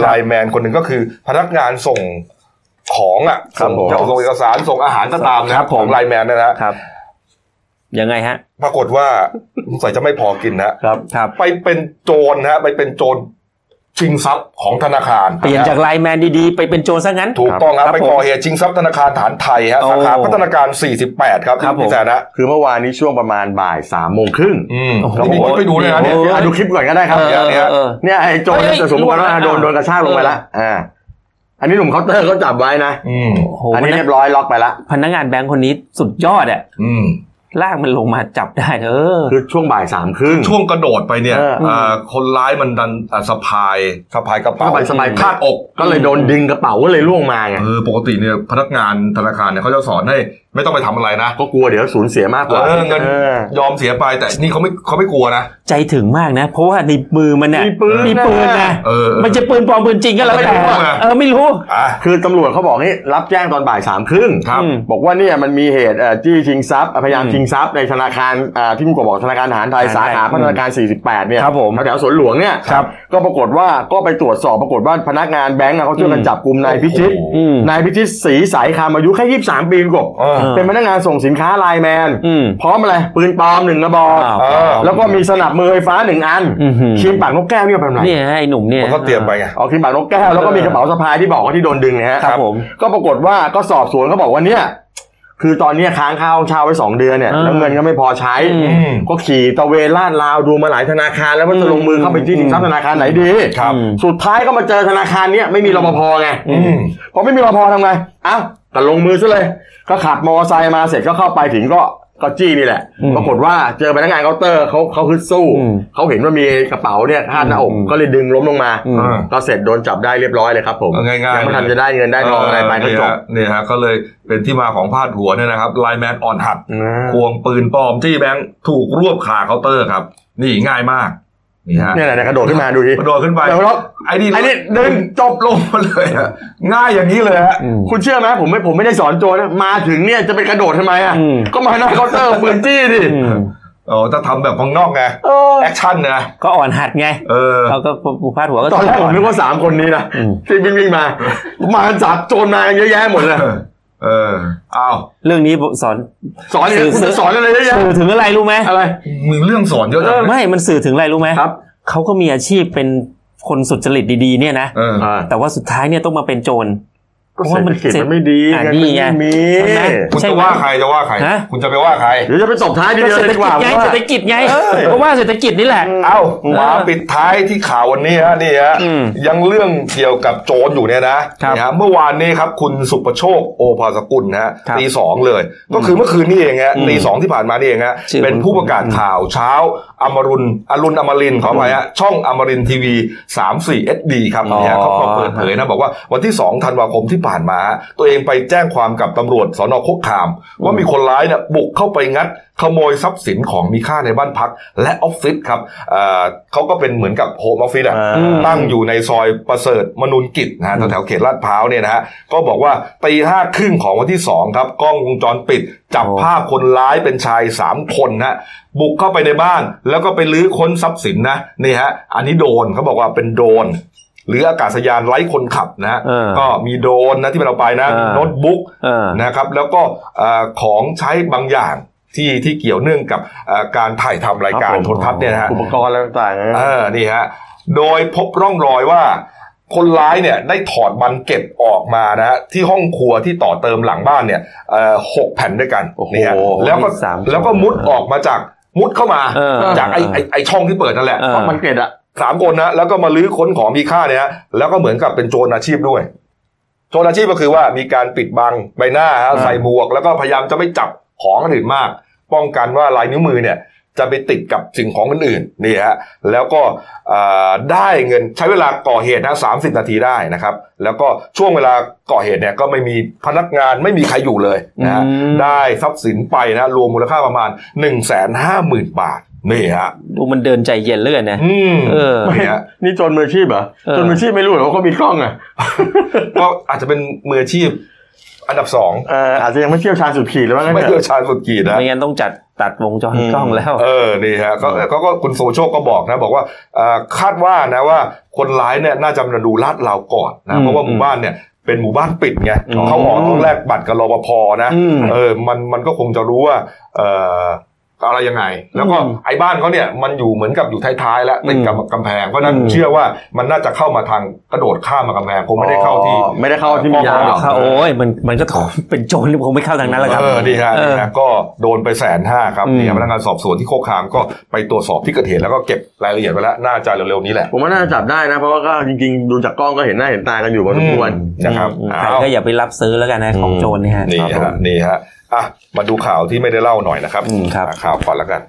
Speaker 1: ไลน์แมนคนหนึ่งก็คือพนักงานส่งของอ่ะส่งจะส่งเอกสารส่งอาหารก็ตามนะครับของไลน์แมนเนยนะฮะ
Speaker 5: ครับ ยังไงฮะ
Speaker 1: ปรากฏว่าสงสัยจะไม่พอกินนะ
Speaker 2: ครับ
Speaker 5: ครับ
Speaker 1: ไปเป็นโจรนะฮะไปเป็นโจรชิงทรัพย์ของธนาคาร
Speaker 5: เปลี่ยนจากไลน์แมนดีๆ ไปเป็นโจรซะงั้น
Speaker 1: ถูกต้องครับ ไป
Speaker 5: ผม
Speaker 1: ก่อเหตุชิงทรัพย์ธนาคารฐานไทยฮะ
Speaker 5: โอ้
Speaker 1: สาขาพัฒนาการ 48 ครับ
Speaker 5: ครับผม
Speaker 1: พี่แซนนะ
Speaker 2: คือเมื่อวานนี้ช่วงประมาณบ่ายสามโมงครึ่ง
Speaker 1: อืม
Speaker 5: โอ้โห
Speaker 1: นี่ไปดูเลยนะเนี่ย
Speaker 5: โอ้
Speaker 2: อ่ะดูคลิปก่อนก็ได้ครับ
Speaker 5: เออ
Speaker 1: ดี๋ยวเนี่ย
Speaker 5: เออ
Speaker 2: เนี่ยไอ้โจร
Speaker 5: เฮ้
Speaker 2: เนี่ย
Speaker 5: ย
Speaker 2: สมมติว่า
Speaker 5: รู้แล้ว
Speaker 2: โดนโดนกระชากลงไป
Speaker 5: เออ
Speaker 2: ละอ่าอันนี้หนุ่มเคาน์เตอร์เขาจับไว้นะ
Speaker 1: อืม
Speaker 5: โอ้โห
Speaker 2: อันนี้
Speaker 5: พ
Speaker 2: เรี
Speaker 5: นั
Speaker 2: ย
Speaker 5: ก
Speaker 2: บร้อยล็อกไปละ
Speaker 5: พนักงานแบงค์คนนี้สุดยอดอ่ะ
Speaker 1: อืม
Speaker 5: ลากมันลงมาจับได้เออ
Speaker 2: คือช่วงบ่ายสามครึ่ง
Speaker 1: ช่วงกระโดดไปเนี่ย
Speaker 2: เออ
Speaker 1: เอ่อคนร้ายมันดันอ่ะสะพายสะพายกระเป๋า
Speaker 2: สบายสบาย
Speaker 1: คาดอก
Speaker 2: ก็เลยโดนดึงกระเป๋าก็เลยล่วงมาไง
Speaker 1: เออปกติเนี่ยพนักงานธนาคารเนี่ยเขาจะสอนให้ไม่ต้องไปทำอะไรนะ
Speaker 2: ก็กลัวเดี๋ยวสูญเสียมากกว่า
Speaker 1: เออเงิน
Speaker 2: เออย
Speaker 1: อมเสียไปแต่นี่เขาไม่เขาไม่กลัวนะ
Speaker 5: ใจถึงมากนะ เพราะว่าในมือมันน่ะ
Speaker 2: มีปืน
Speaker 5: มีปืนนะ
Speaker 1: เออเออ
Speaker 5: มันจะปืนปลอมปืนจริงก็แล้วแต่
Speaker 1: ไม่รู้อะ
Speaker 5: เออไม่รู้
Speaker 1: อ่ะ
Speaker 2: คือตำรวจเขาบอกให้รับแจ้งตอนบ่ายสามครึ่ง
Speaker 1: ครับ
Speaker 5: อืม
Speaker 2: บอกว่าเนี่ยมันมีเหตุเอ่อจี้ชิงทรัพย์พยายามชิงทรัพย์ในธนาคารอ่าที่คุณกบบอกธนาคารทหารไทย
Speaker 5: ทหารไทย
Speaker 2: สาขา
Speaker 5: อืม
Speaker 2: พัฒนาการ 48 เนี่ย
Speaker 5: ครับผม
Speaker 2: แถวๆสวนหลวงเนี่ย
Speaker 5: ครับ
Speaker 2: ก็ปรากฏว่าก็ไปตรวจสอบปรากฏว่าพนักงานแบงก์อะเขาช่วยกันจับกลุ่มนายพิชิต
Speaker 5: อืม
Speaker 2: นายพิชิตศรีสายคำอายุแค่ 23 ปีคุณกบ
Speaker 1: เออ
Speaker 2: เป็นพนักงานส่งสินค้าไลน์แมน
Speaker 5: อืม
Speaker 2: พร้อมอะไร ปืนปลอมหนึ่งกระบอก
Speaker 5: อ้าว
Speaker 1: เออ
Speaker 2: แล้วก็มีสนับมือไฟฟ้าหนึ่งอัน
Speaker 5: อื้อหือ
Speaker 2: ครีมปากนกแก้วนี่เป็นไร
Speaker 5: เนี่ยฮะไอ้หนุ่มเนี่ย
Speaker 1: มันก็เตรียมไปไง
Speaker 2: อ๋อครีมปากนกแก้ว แล้วก็มีกระเป๋าสะพายที่บอกว่าที่โดนดึงเนะฮะ
Speaker 5: ครับผม
Speaker 2: ก็ปรากฏว่าก็สอบสวนเขาบอกว่าเนี่ย คือตอนเนี้ยค้างค่าห้องเช่าไว้สองเดือนเนี่ย
Speaker 5: อ่า
Speaker 2: แล้วเงินก็ไม่พอใช้
Speaker 5: อืม
Speaker 2: ก็ขี่ตะเวนลาดราวดูมาหลายธนาคาร แล้วว่าจะลงมือเข้าไปจี้ชิงทรัพย์ธนาคารไหนดี
Speaker 5: ครับ
Speaker 2: สุดท้ายก็มาเจอธนาคารเนี้ยไม่มีรปภไง
Speaker 1: อืม
Speaker 2: พอไม่มีรปภทำไงเอ้าแต่ลงมือซะเลย ก็ขับมอเตอร์ไซค์มาเสร็จก็เข้าไปถึงก็ก็จี้นี่แหละ ปรากฏว่าเจอพนักงานเคาน์เตอร์เขาเขาฮึดสู้
Speaker 5: อืม
Speaker 2: เขาเห็นว่ามีกระเป๋าเนี่ยคาดหน้าอก
Speaker 5: อืม
Speaker 2: ก็เลยดึงล้มลงมา
Speaker 5: อืม
Speaker 2: ก็เสร็จโดนจับได้เรียบร้อยเลยครับผม
Speaker 1: เอาง่ายๆ
Speaker 2: งไม่ทันจะได้เงินได้ทองอะไรไปก็จบ
Speaker 1: เนี่ยฮะก็เลยเป็นที่มาของพาดหัวเนี่ยนะครับไลแมนอ่อนหัดควงปืนปลอมที่แบงค์ถูกรวบขาเคาน์เตอร์ครับ นี่ง่ายมากนี่ฮะ
Speaker 2: เนี่ยไหนะกระโดดขึ้นมาดูดิ
Speaker 1: กระโดดขึ้นไป
Speaker 2: เดี๋ยวเรา
Speaker 1: ไอ้นี่
Speaker 2: ไอ้นี่ดึง
Speaker 1: จบลงมาเลยฮะง่ายอย่างนี้เลยฮะ
Speaker 5: อืม
Speaker 2: คุณเชื่อไหมผมไม่ผมไม่ได้สอนโจรนะมาถึงเนี่ยจะไปกระโดดทำไมอ่ะ
Speaker 5: อืม
Speaker 2: ก็มาหน้าเคาน์เตอร์ปืนจี้ดิ
Speaker 5: อืม
Speaker 1: โอ้ถ้าทำแบบข้างนอกไง
Speaker 2: เออ
Speaker 1: แอคชั่นนะ
Speaker 5: ก็อ่อนหัดไง
Speaker 1: เออ
Speaker 5: เขาก็พาดหัวก็
Speaker 2: ตอนแรกผมนึกว่าสามคนนี้นะ
Speaker 5: อืม
Speaker 2: ที่วิ่งวิ่งมา มาจับโจรมาเยอะแยะหมดเลย
Speaker 1: เออเอา
Speaker 5: เรื่องนี้สอน
Speaker 2: สอนเนี่ย
Speaker 5: สื่อ
Speaker 2: คุณจะสอนอะไรเยอะแยะ
Speaker 5: สื่อถึงอะไรรู้ไหม
Speaker 2: อะไร
Speaker 1: มึงเรื่องสอนเยอะจังเลย
Speaker 5: ไม่มันสื่อถึงอะไรรู้ไหม
Speaker 2: ครับ
Speaker 5: เขาก็มีอาชีพเป็นคนสุจริตดีๆเนี่ยนะ
Speaker 1: เออ
Speaker 5: แต่ว่าสุดท้ายเนี่ยต้องมาเป็นโจร
Speaker 2: ก็เศรษฐกิจมันไม่ดี
Speaker 5: อ่ะ
Speaker 2: เงินมั
Speaker 5: นี่
Speaker 2: น
Speaker 5: ไง
Speaker 2: ไม่มี
Speaker 5: ใช่ไหม
Speaker 1: คุณจะว่าใครจะว่าใคร
Speaker 5: ฮะ
Speaker 1: คุณจะไปว่าใคร
Speaker 2: เดี๋ยวจะไปตบท้ายทีเดียว
Speaker 5: เศรษ
Speaker 2: เล
Speaker 5: ฐ
Speaker 2: ยดีก
Speaker 5: กิจ
Speaker 2: ว่า
Speaker 5: ไง
Speaker 2: ผมว่า
Speaker 5: เศรษฐกิจไงเพราะว่าเศรษฐกิจนี่แหละ
Speaker 1: เอ้ามาปิดท้ายที่ข่าววันนี้ฮะนี่ฮะ
Speaker 5: อืม
Speaker 1: ยังเรื่องเกี่ยวกับโจรอยู่เนี่ยนะครับ นี่ฮะเมื่อวานนี้ครับคุณสุประโชคโอภาสกุลนะฮะ
Speaker 5: ครับ
Speaker 1: ตีสองเลย ก็คือเมื่อคืนนี่เองฮะตีสองที่ผ่านมานี่เองฮะ
Speaker 5: ชื่อ
Speaker 1: เป็นผู้ประกาศข่าวเช้าอมรุนอรุณอมรินทร์ขออภัยฮะช่องอมรินทีวีสามสี่เอสดีครับ
Speaker 5: อ๋อ
Speaker 1: นี่ฮะเขาก็เปิดเผยนะบอกว่าวันที่สองธันวาคมที่ผ่านมาฮะตัวเองไปแจ้งความกับตำรวจสนคกขาม ว่ามีคนร้ายเนี่ยบุกเข้าไปงัด ขโมยทรัพย์สินของมีค่าในบ้านพัก และออฟฟิศครับเอ่อเขาก็เป็นเหมือนกับโฮมออฟฟิศอะ
Speaker 2: อ่า
Speaker 1: ตั้งอยู่ในซอยประเสริฐมนุนกิจนะฮะแถวๆเขตลาดพร้าวเนี่ยนะฮะก็บอกว่าตีห้าครึ่งของวันที่สองครับ กล้องวงจรปิด จับ
Speaker 5: โอ้
Speaker 1: ภาพคนร้ายเป็นชายสามคนนะฮะบุกเข้าไปในบ้าน แล้วก็ไปลื้อค้นทรัพย์สินนะนี่ฮะอันนี้โดรนเขาบอกว่าเป็นโดรนหรืออากาศยานไร้คนขับนะฮะ
Speaker 5: เออ
Speaker 1: ก็มีโดรนนะที่เราไปนะ
Speaker 5: เออ
Speaker 1: โน้ตบุ๊ก
Speaker 5: เออ
Speaker 1: นะครับแล้วก็เอ่อของใช้บางอย่างที่ที่เกี่ยวเนื่องกับเอ่อการถ่ายทำรายการ
Speaker 2: ครับผม
Speaker 1: โทรทัศน์เนี่ยนะฮะ
Speaker 2: อุปกรณ์อะไรต่างๆนะ
Speaker 1: เออนี่ฮะโดยพบร่องรอยว่า คนร้ายเนี่ยได้ถอดบันเก็ตออกมานะฮะที่ห้องครัวที่ต่อเติมหลังบ้านเนี่ยเอ่อหกแผ่นด้วยกันเนี่ยฮะแล้วก็
Speaker 5: สาม
Speaker 1: แล้วก็มุดออกมาจากมุดเข้ามา
Speaker 5: เออ
Speaker 1: จากไอ้ไอ้ไอ้ช่องที่เปิดนั่นแหละ
Speaker 5: เออ
Speaker 2: มันเกล็ดอะ
Speaker 1: สามคนนะแล้วก็มาลื้อค้นของมีค่าเนี่ยฮะแล้วก็เหมือนกับเป็นโจรอาชีพด้วย โจรอาชีพก็คือว่ามีการปิดบังใบหน้าฮะใส่หมวก แล้วก็พยายามจะไม่จับของคนอื่นมาก ป้องกันว่าลายนิ้วมือเนี่ย จะไปติดกับสิ่งของอื่นๆนี่ฮะแล้วก็เอ่อได้เงินใช้เวลาก่อเหตุนะสานาทีได้นะครับ แล้วก็ช่วงเวลาก่อเหตุเนี่ยก็ไม่มีพนักงานไม่มีใครอยู่เลยนะฮะ
Speaker 5: อืม
Speaker 1: ได้ทรัพย์สินไปนะรวมมูลค่าประมาณ1นึ่งแสนห้าหมื่นบาทนี่ฮะ
Speaker 5: ดูมันเดินใจเย็นเหลยนะ
Speaker 1: อืม
Speaker 5: เออ
Speaker 1: นี่ฮะ
Speaker 2: นี่โจรมืออาชีพเหรอ
Speaker 5: เออ
Speaker 2: โจรมืออาชีพไม่รู้เหรอว่าเขามีกล้องอะ
Speaker 1: ก็อาจจะเป็นมืออาชีพอันดับสอง
Speaker 2: เอ่ออาจจะยังไม่เชี่ยวชาญสุดขีดหรือว่าไงน
Speaker 1: ไม่
Speaker 2: เถ
Speaker 1: เชี่ย
Speaker 2: อะ
Speaker 1: วชาญสุดขีดนะ
Speaker 5: ไม่งั้นต้องจัดตัดวงจร
Speaker 2: อืม
Speaker 5: กล้องแล้ว
Speaker 1: เออ นี่ฮะก็เขาก็คุณโซโชคก็บอกนะ บอกว่าเอ่อคาดว่านะว่าคนร้ายเนี่ยน่าจะมาดูลาดเราก่อนนะ
Speaker 5: อืม
Speaker 1: เพราะว่าหมู่บ้านเนี่ยเป็นหมู่บ้านปิดไง
Speaker 5: อ๋อ
Speaker 1: เขาออกต้องแลกบัตรกับรปภนะ
Speaker 5: อืม
Speaker 1: เออมันมันก็คงจะรู้ว่าเอ่อ อะไรยังไง แล้วก็
Speaker 2: อืม
Speaker 1: ไอ้บ้านเขาเนี่ยมันอยู่เหมือนกับอยู่ท้ายๆแล้วติดกับกำแพงเพราะฉะนั้น
Speaker 2: อืม
Speaker 1: เชื่อว่ามันน่าจะเข้ามาทางกระโดดข้ามมากำแพงคงไม่ได้เข้าที่
Speaker 2: อ๋อไม่ได้เข้าที่มียางหรอก
Speaker 5: โอ้ยมันมันก็เป็นโจรคงไม่เข้าทางนั้นแหละครับ
Speaker 1: เออดีฮะ
Speaker 5: เออ
Speaker 1: ดีฮะก็โดนไปแสนห้าครับ
Speaker 2: อืม
Speaker 1: เนี่ยพนักงานสอบสวนที่โคกคามก็ไปตรวจสอบที่เกิดเหตุแล้วก็เก็บรายละเอียดไว้แล้วน่าจะเร็วๆนี้แหละ
Speaker 2: ผมว่าน่าจะจับได้นะ เพราะว่าก็จริงๆ ดูจากกล้องก็เห็นหน้าเห็นตากันอยู่พอสมควร
Speaker 1: นะครับ
Speaker 5: อืมใคร
Speaker 1: อ้าว
Speaker 5: ก็อย่าไปรับซื้อแล้วกันนะของโจรเนี่ยฮะ
Speaker 1: นี่ฮะนี่ฮะอ่ะมาดูข่าวที่ไม่ได้เล่าหน่อยนะครับ
Speaker 5: อืมครับ
Speaker 1: อ่ะข่าวก่อนแล้วกัน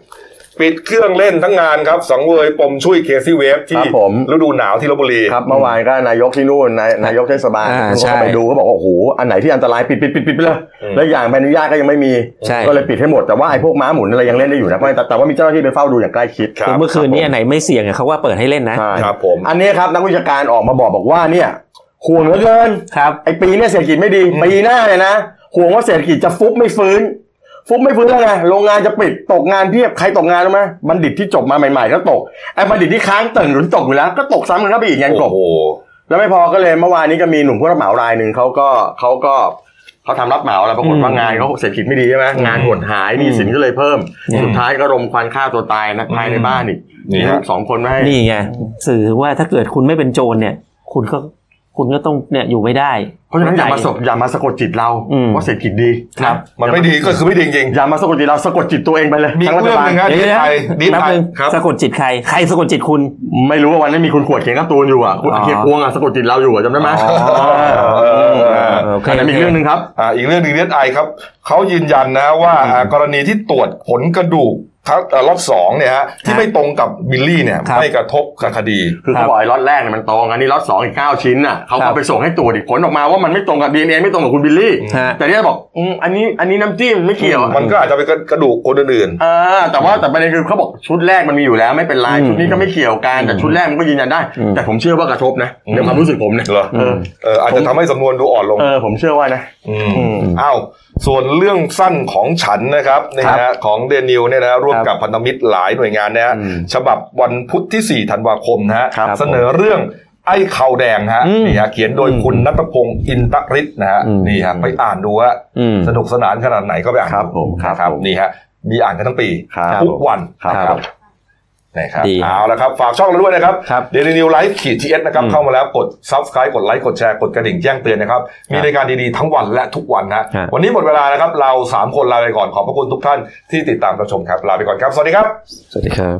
Speaker 1: ปิดเครื่องเล่นทั้งงานครับ สังเวยปมช่วยเคซี่เวฟ
Speaker 2: ค
Speaker 1: ที่
Speaker 2: รับผม
Speaker 1: ฤดูหนาวที่ลบบุรี
Speaker 2: ครับเมื่อวานก็นายกที่นู่นนายนายกเทศบาล
Speaker 5: อ่า
Speaker 2: เขาก็ไป
Speaker 5: ใช่
Speaker 2: ดูเขาบอกว่าโอ้โหอันไหนที่อันตรายปิดปิดปิดปิดไปเลย
Speaker 1: อืม
Speaker 2: แล้วอย่างใบอนุญาตก็ยังไม่มี
Speaker 5: ใช่
Speaker 2: ก็เลยปิดให้หมดแต่ว่าไอ้พวกม้าหมุนอะไรยังเล่นได้อยู่นะเพราะแต่แต่ว่ามีเจ้าหน้าที่ไปเฝ้าดูอย่างใกล้ชิด
Speaker 1: ครับ
Speaker 5: คือเมื่อคืนนี้อันไหนไม่เสี่ยงอะเขาว่าเปิดให้เล่นนะ
Speaker 2: ใช่
Speaker 1: ครับผม
Speaker 2: อันนี้ครับนักวิชาการออกมาบอกบอกว่าเนี่ยห่วงเหลือเกิน
Speaker 5: ครับ
Speaker 2: ไอ้ปีเนี่ยเศรษฐกิจไม่ดี ปีหน้าเนี่ยนะห่วงว่าเศรษฐกิจจะฟุบไม่ฟื้น ฟุบไม่ฟื้นแล้วไงโรงงานจะปิดตกงานเพียบใครตกงานรู้ไหมบัณฑิตที่จบมาใหม่ๆก็ตกไอ้บัณฑิตที่ค้างเติ่งอยู่ที่ตกอยู่แล้วก็ตกซ้ำกันเข้าไปอีกงานกล
Speaker 1: โอ้
Speaker 2: บ
Speaker 1: โห
Speaker 2: แล้วไม่พอก็เลยเมื่อวานนี้ก็มีหนุ่มผู้รับเหมารายหนึ่งเขาก็เขาก็เขาทำรับเหมาแล้วปรากฏว่า
Speaker 5: อืม
Speaker 2: งานเขาเศรษฐกิจไม่ดีใช่ไหมงานหดหายหนี่สินก็เลยเพิ่ม สุดท้ายก็รมควันฆ่าตัวตายนะภายในบ้านอีก
Speaker 1: นี่
Speaker 2: มี
Speaker 1: ฮะ
Speaker 2: ลูกสองคนไม่ให้
Speaker 5: นี่ไงสื่อว่าถ้าเกิดคุณไม่เป็นโจรเนี่ย คุณก็คุณก็ต้องเนี่ยอยู่ไม่ได้
Speaker 2: เพราะฉะนั้นอย่ามาสะอย่ามาสะกดจิตเรา
Speaker 5: อืม
Speaker 2: ว่าเศรษฐกิจดี
Speaker 5: ครับ
Speaker 1: มันไม่ดีก็คือไม่ดีจริง
Speaker 2: อย่ามาสะกดจิตเราสะกดจิตตัวเองไปเลย
Speaker 1: ๆมี
Speaker 2: ทั้งรัฐ
Speaker 1: เรื่อง
Speaker 2: บา
Speaker 1: ห
Speaker 2: ล
Speaker 1: นึงฮะดี
Speaker 5: เดี๋ยวนะ
Speaker 1: ไทยดี
Speaker 5: นับ
Speaker 1: ไท
Speaker 5: ห
Speaker 1: ย
Speaker 5: นึ่ง
Speaker 1: ครับ
Speaker 5: สะกดจิตใคร ใครสะกดจิตคุณ
Speaker 2: ไม่รู้ว่าวันนั้นมีคุณขวดเขียนการ์ตูนอยู่อ่ะคุณ
Speaker 5: อ๋อ
Speaker 2: เขียนพวงอ่ะสะกดจิตเราอยู่อ่ะจำได้ไหม
Speaker 1: อ๋อเออเออ
Speaker 5: โอเค
Speaker 2: อันนั้นมีเรื่องหนึ่งครับ
Speaker 1: อ่าอีกเรื่องหนึ่งเรื่องไอครับเขายืนยันนะว่าอ่ากรณีที่ตรวจผลกระดูกครับอ่ารอบสองเนี่ยฮะที่ไม่ตรงกับบิลลี่เนี่ย
Speaker 5: ครับ
Speaker 1: ไม่กระทบกับคดี
Speaker 2: คือ
Speaker 5: ครั
Speaker 2: เขา
Speaker 5: บ
Speaker 2: บอกไอ้ล็อตแรกเนี่ยมันตรงอันนี้ล็อตสองอีกเก้าชิ้นน่ะเขา
Speaker 5: ครั
Speaker 2: ก็
Speaker 5: บ
Speaker 2: ไปส่งให้ตรวจอีกผลออกมาว่ามันไม่ตรงกับ DNA ไม่ตรงกับคุณบิลลี่
Speaker 5: ฮะ
Speaker 2: แต่เนี่ยบอกอืมอันนี้อันนี้น้ำจิ้มไม่เกี่ยว
Speaker 1: มันก็อาจจะเป็นกระดูกคนอื่น
Speaker 2: เออแต่ว่าแต่ประเด็นคือเขาบอกชุดแรกมันมีอยู่แล้วไม่เป็นไร
Speaker 5: อืม
Speaker 2: ชุดนี้ก็ไม่เกี่ยวกันแต่ชุดแรกมันก็ยืนยันได้
Speaker 5: อืม
Speaker 2: แต่ผมเชื่อว่ากระทบนะ
Speaker 1: อืม
Speaker 2: ในความรู้สึกผมเนี่ย
Speaker 1: ๆเหรอ
Speaker 2: เออ
Speaker 1: เอออาจจะทำให้สำนวนดูอ่อนลง
Speaker 2: เออผมเชื่อว่านะ
Speaker 1: มอ้าวส่วนเรื่องสั้นของฉันนะครับเนี่ยนะฮะของเดนิวเนี่ยนะฮะร่วมกับพันธมิตรหลายหน่วยงานนะฮะ
Speaker 5: อืม
Speaker 1: ฉบับวันพุธที่ 4 ธันวาคมนะฮะ
Speaker 5: ครับ
Speaker 1: เสนอเรื่องไอ้เข่าแดงฮะ
Speaker 5: อืม
Speaker 1: นี่ฮะเขียนโดยคุณนัทพงศ์อินตริศนะฮะ
Speaker 5: อืม
Speaker 1: นี่ฮะไปอ่านดูฮะ
Speaker 5: อืม
Speaker 1: สนุกสนานขนาดไหนก็ไปอ่าน
Speaker 2: ครับผมครับ
Speaker 1: นะครับ
Speaker 2: ผม
Speaker 1: นี่ฮะมีอ่านกันทั้งปี
Speaker 2: ครับ
Speaker 1: ทุกวัน
Speaker 2: ครับ
Speaker 1: นะ
Speaker 2: ผม
Speaker 1: นะครับ
Speaker 5: ดี
Speaker 1: เอาละครับ ฝากช่องเราด้วยนะครับ
Speaker 5: ครับ
Speaker 1: เดลินิวไลฟ์ขีดทีเอสนะครับ เข้ามาแล้วกด subscribe กดไลค์กดแชร์กดกระดิ่งแจ้งเตือนนะครับ มีรายการดีๆทั้งวันและทุกวันนะ
Speaker 5: ครับ
Speaker 1: วันนี้หมดเวลานะครับ เรา 3 คนลาไปก่อนขอบพระคุณทุกท่านที่ติดตามรับชมครับ ลาไปก่อนครับ สวัสดีครับ
Speaker 5: สวัสดีครับ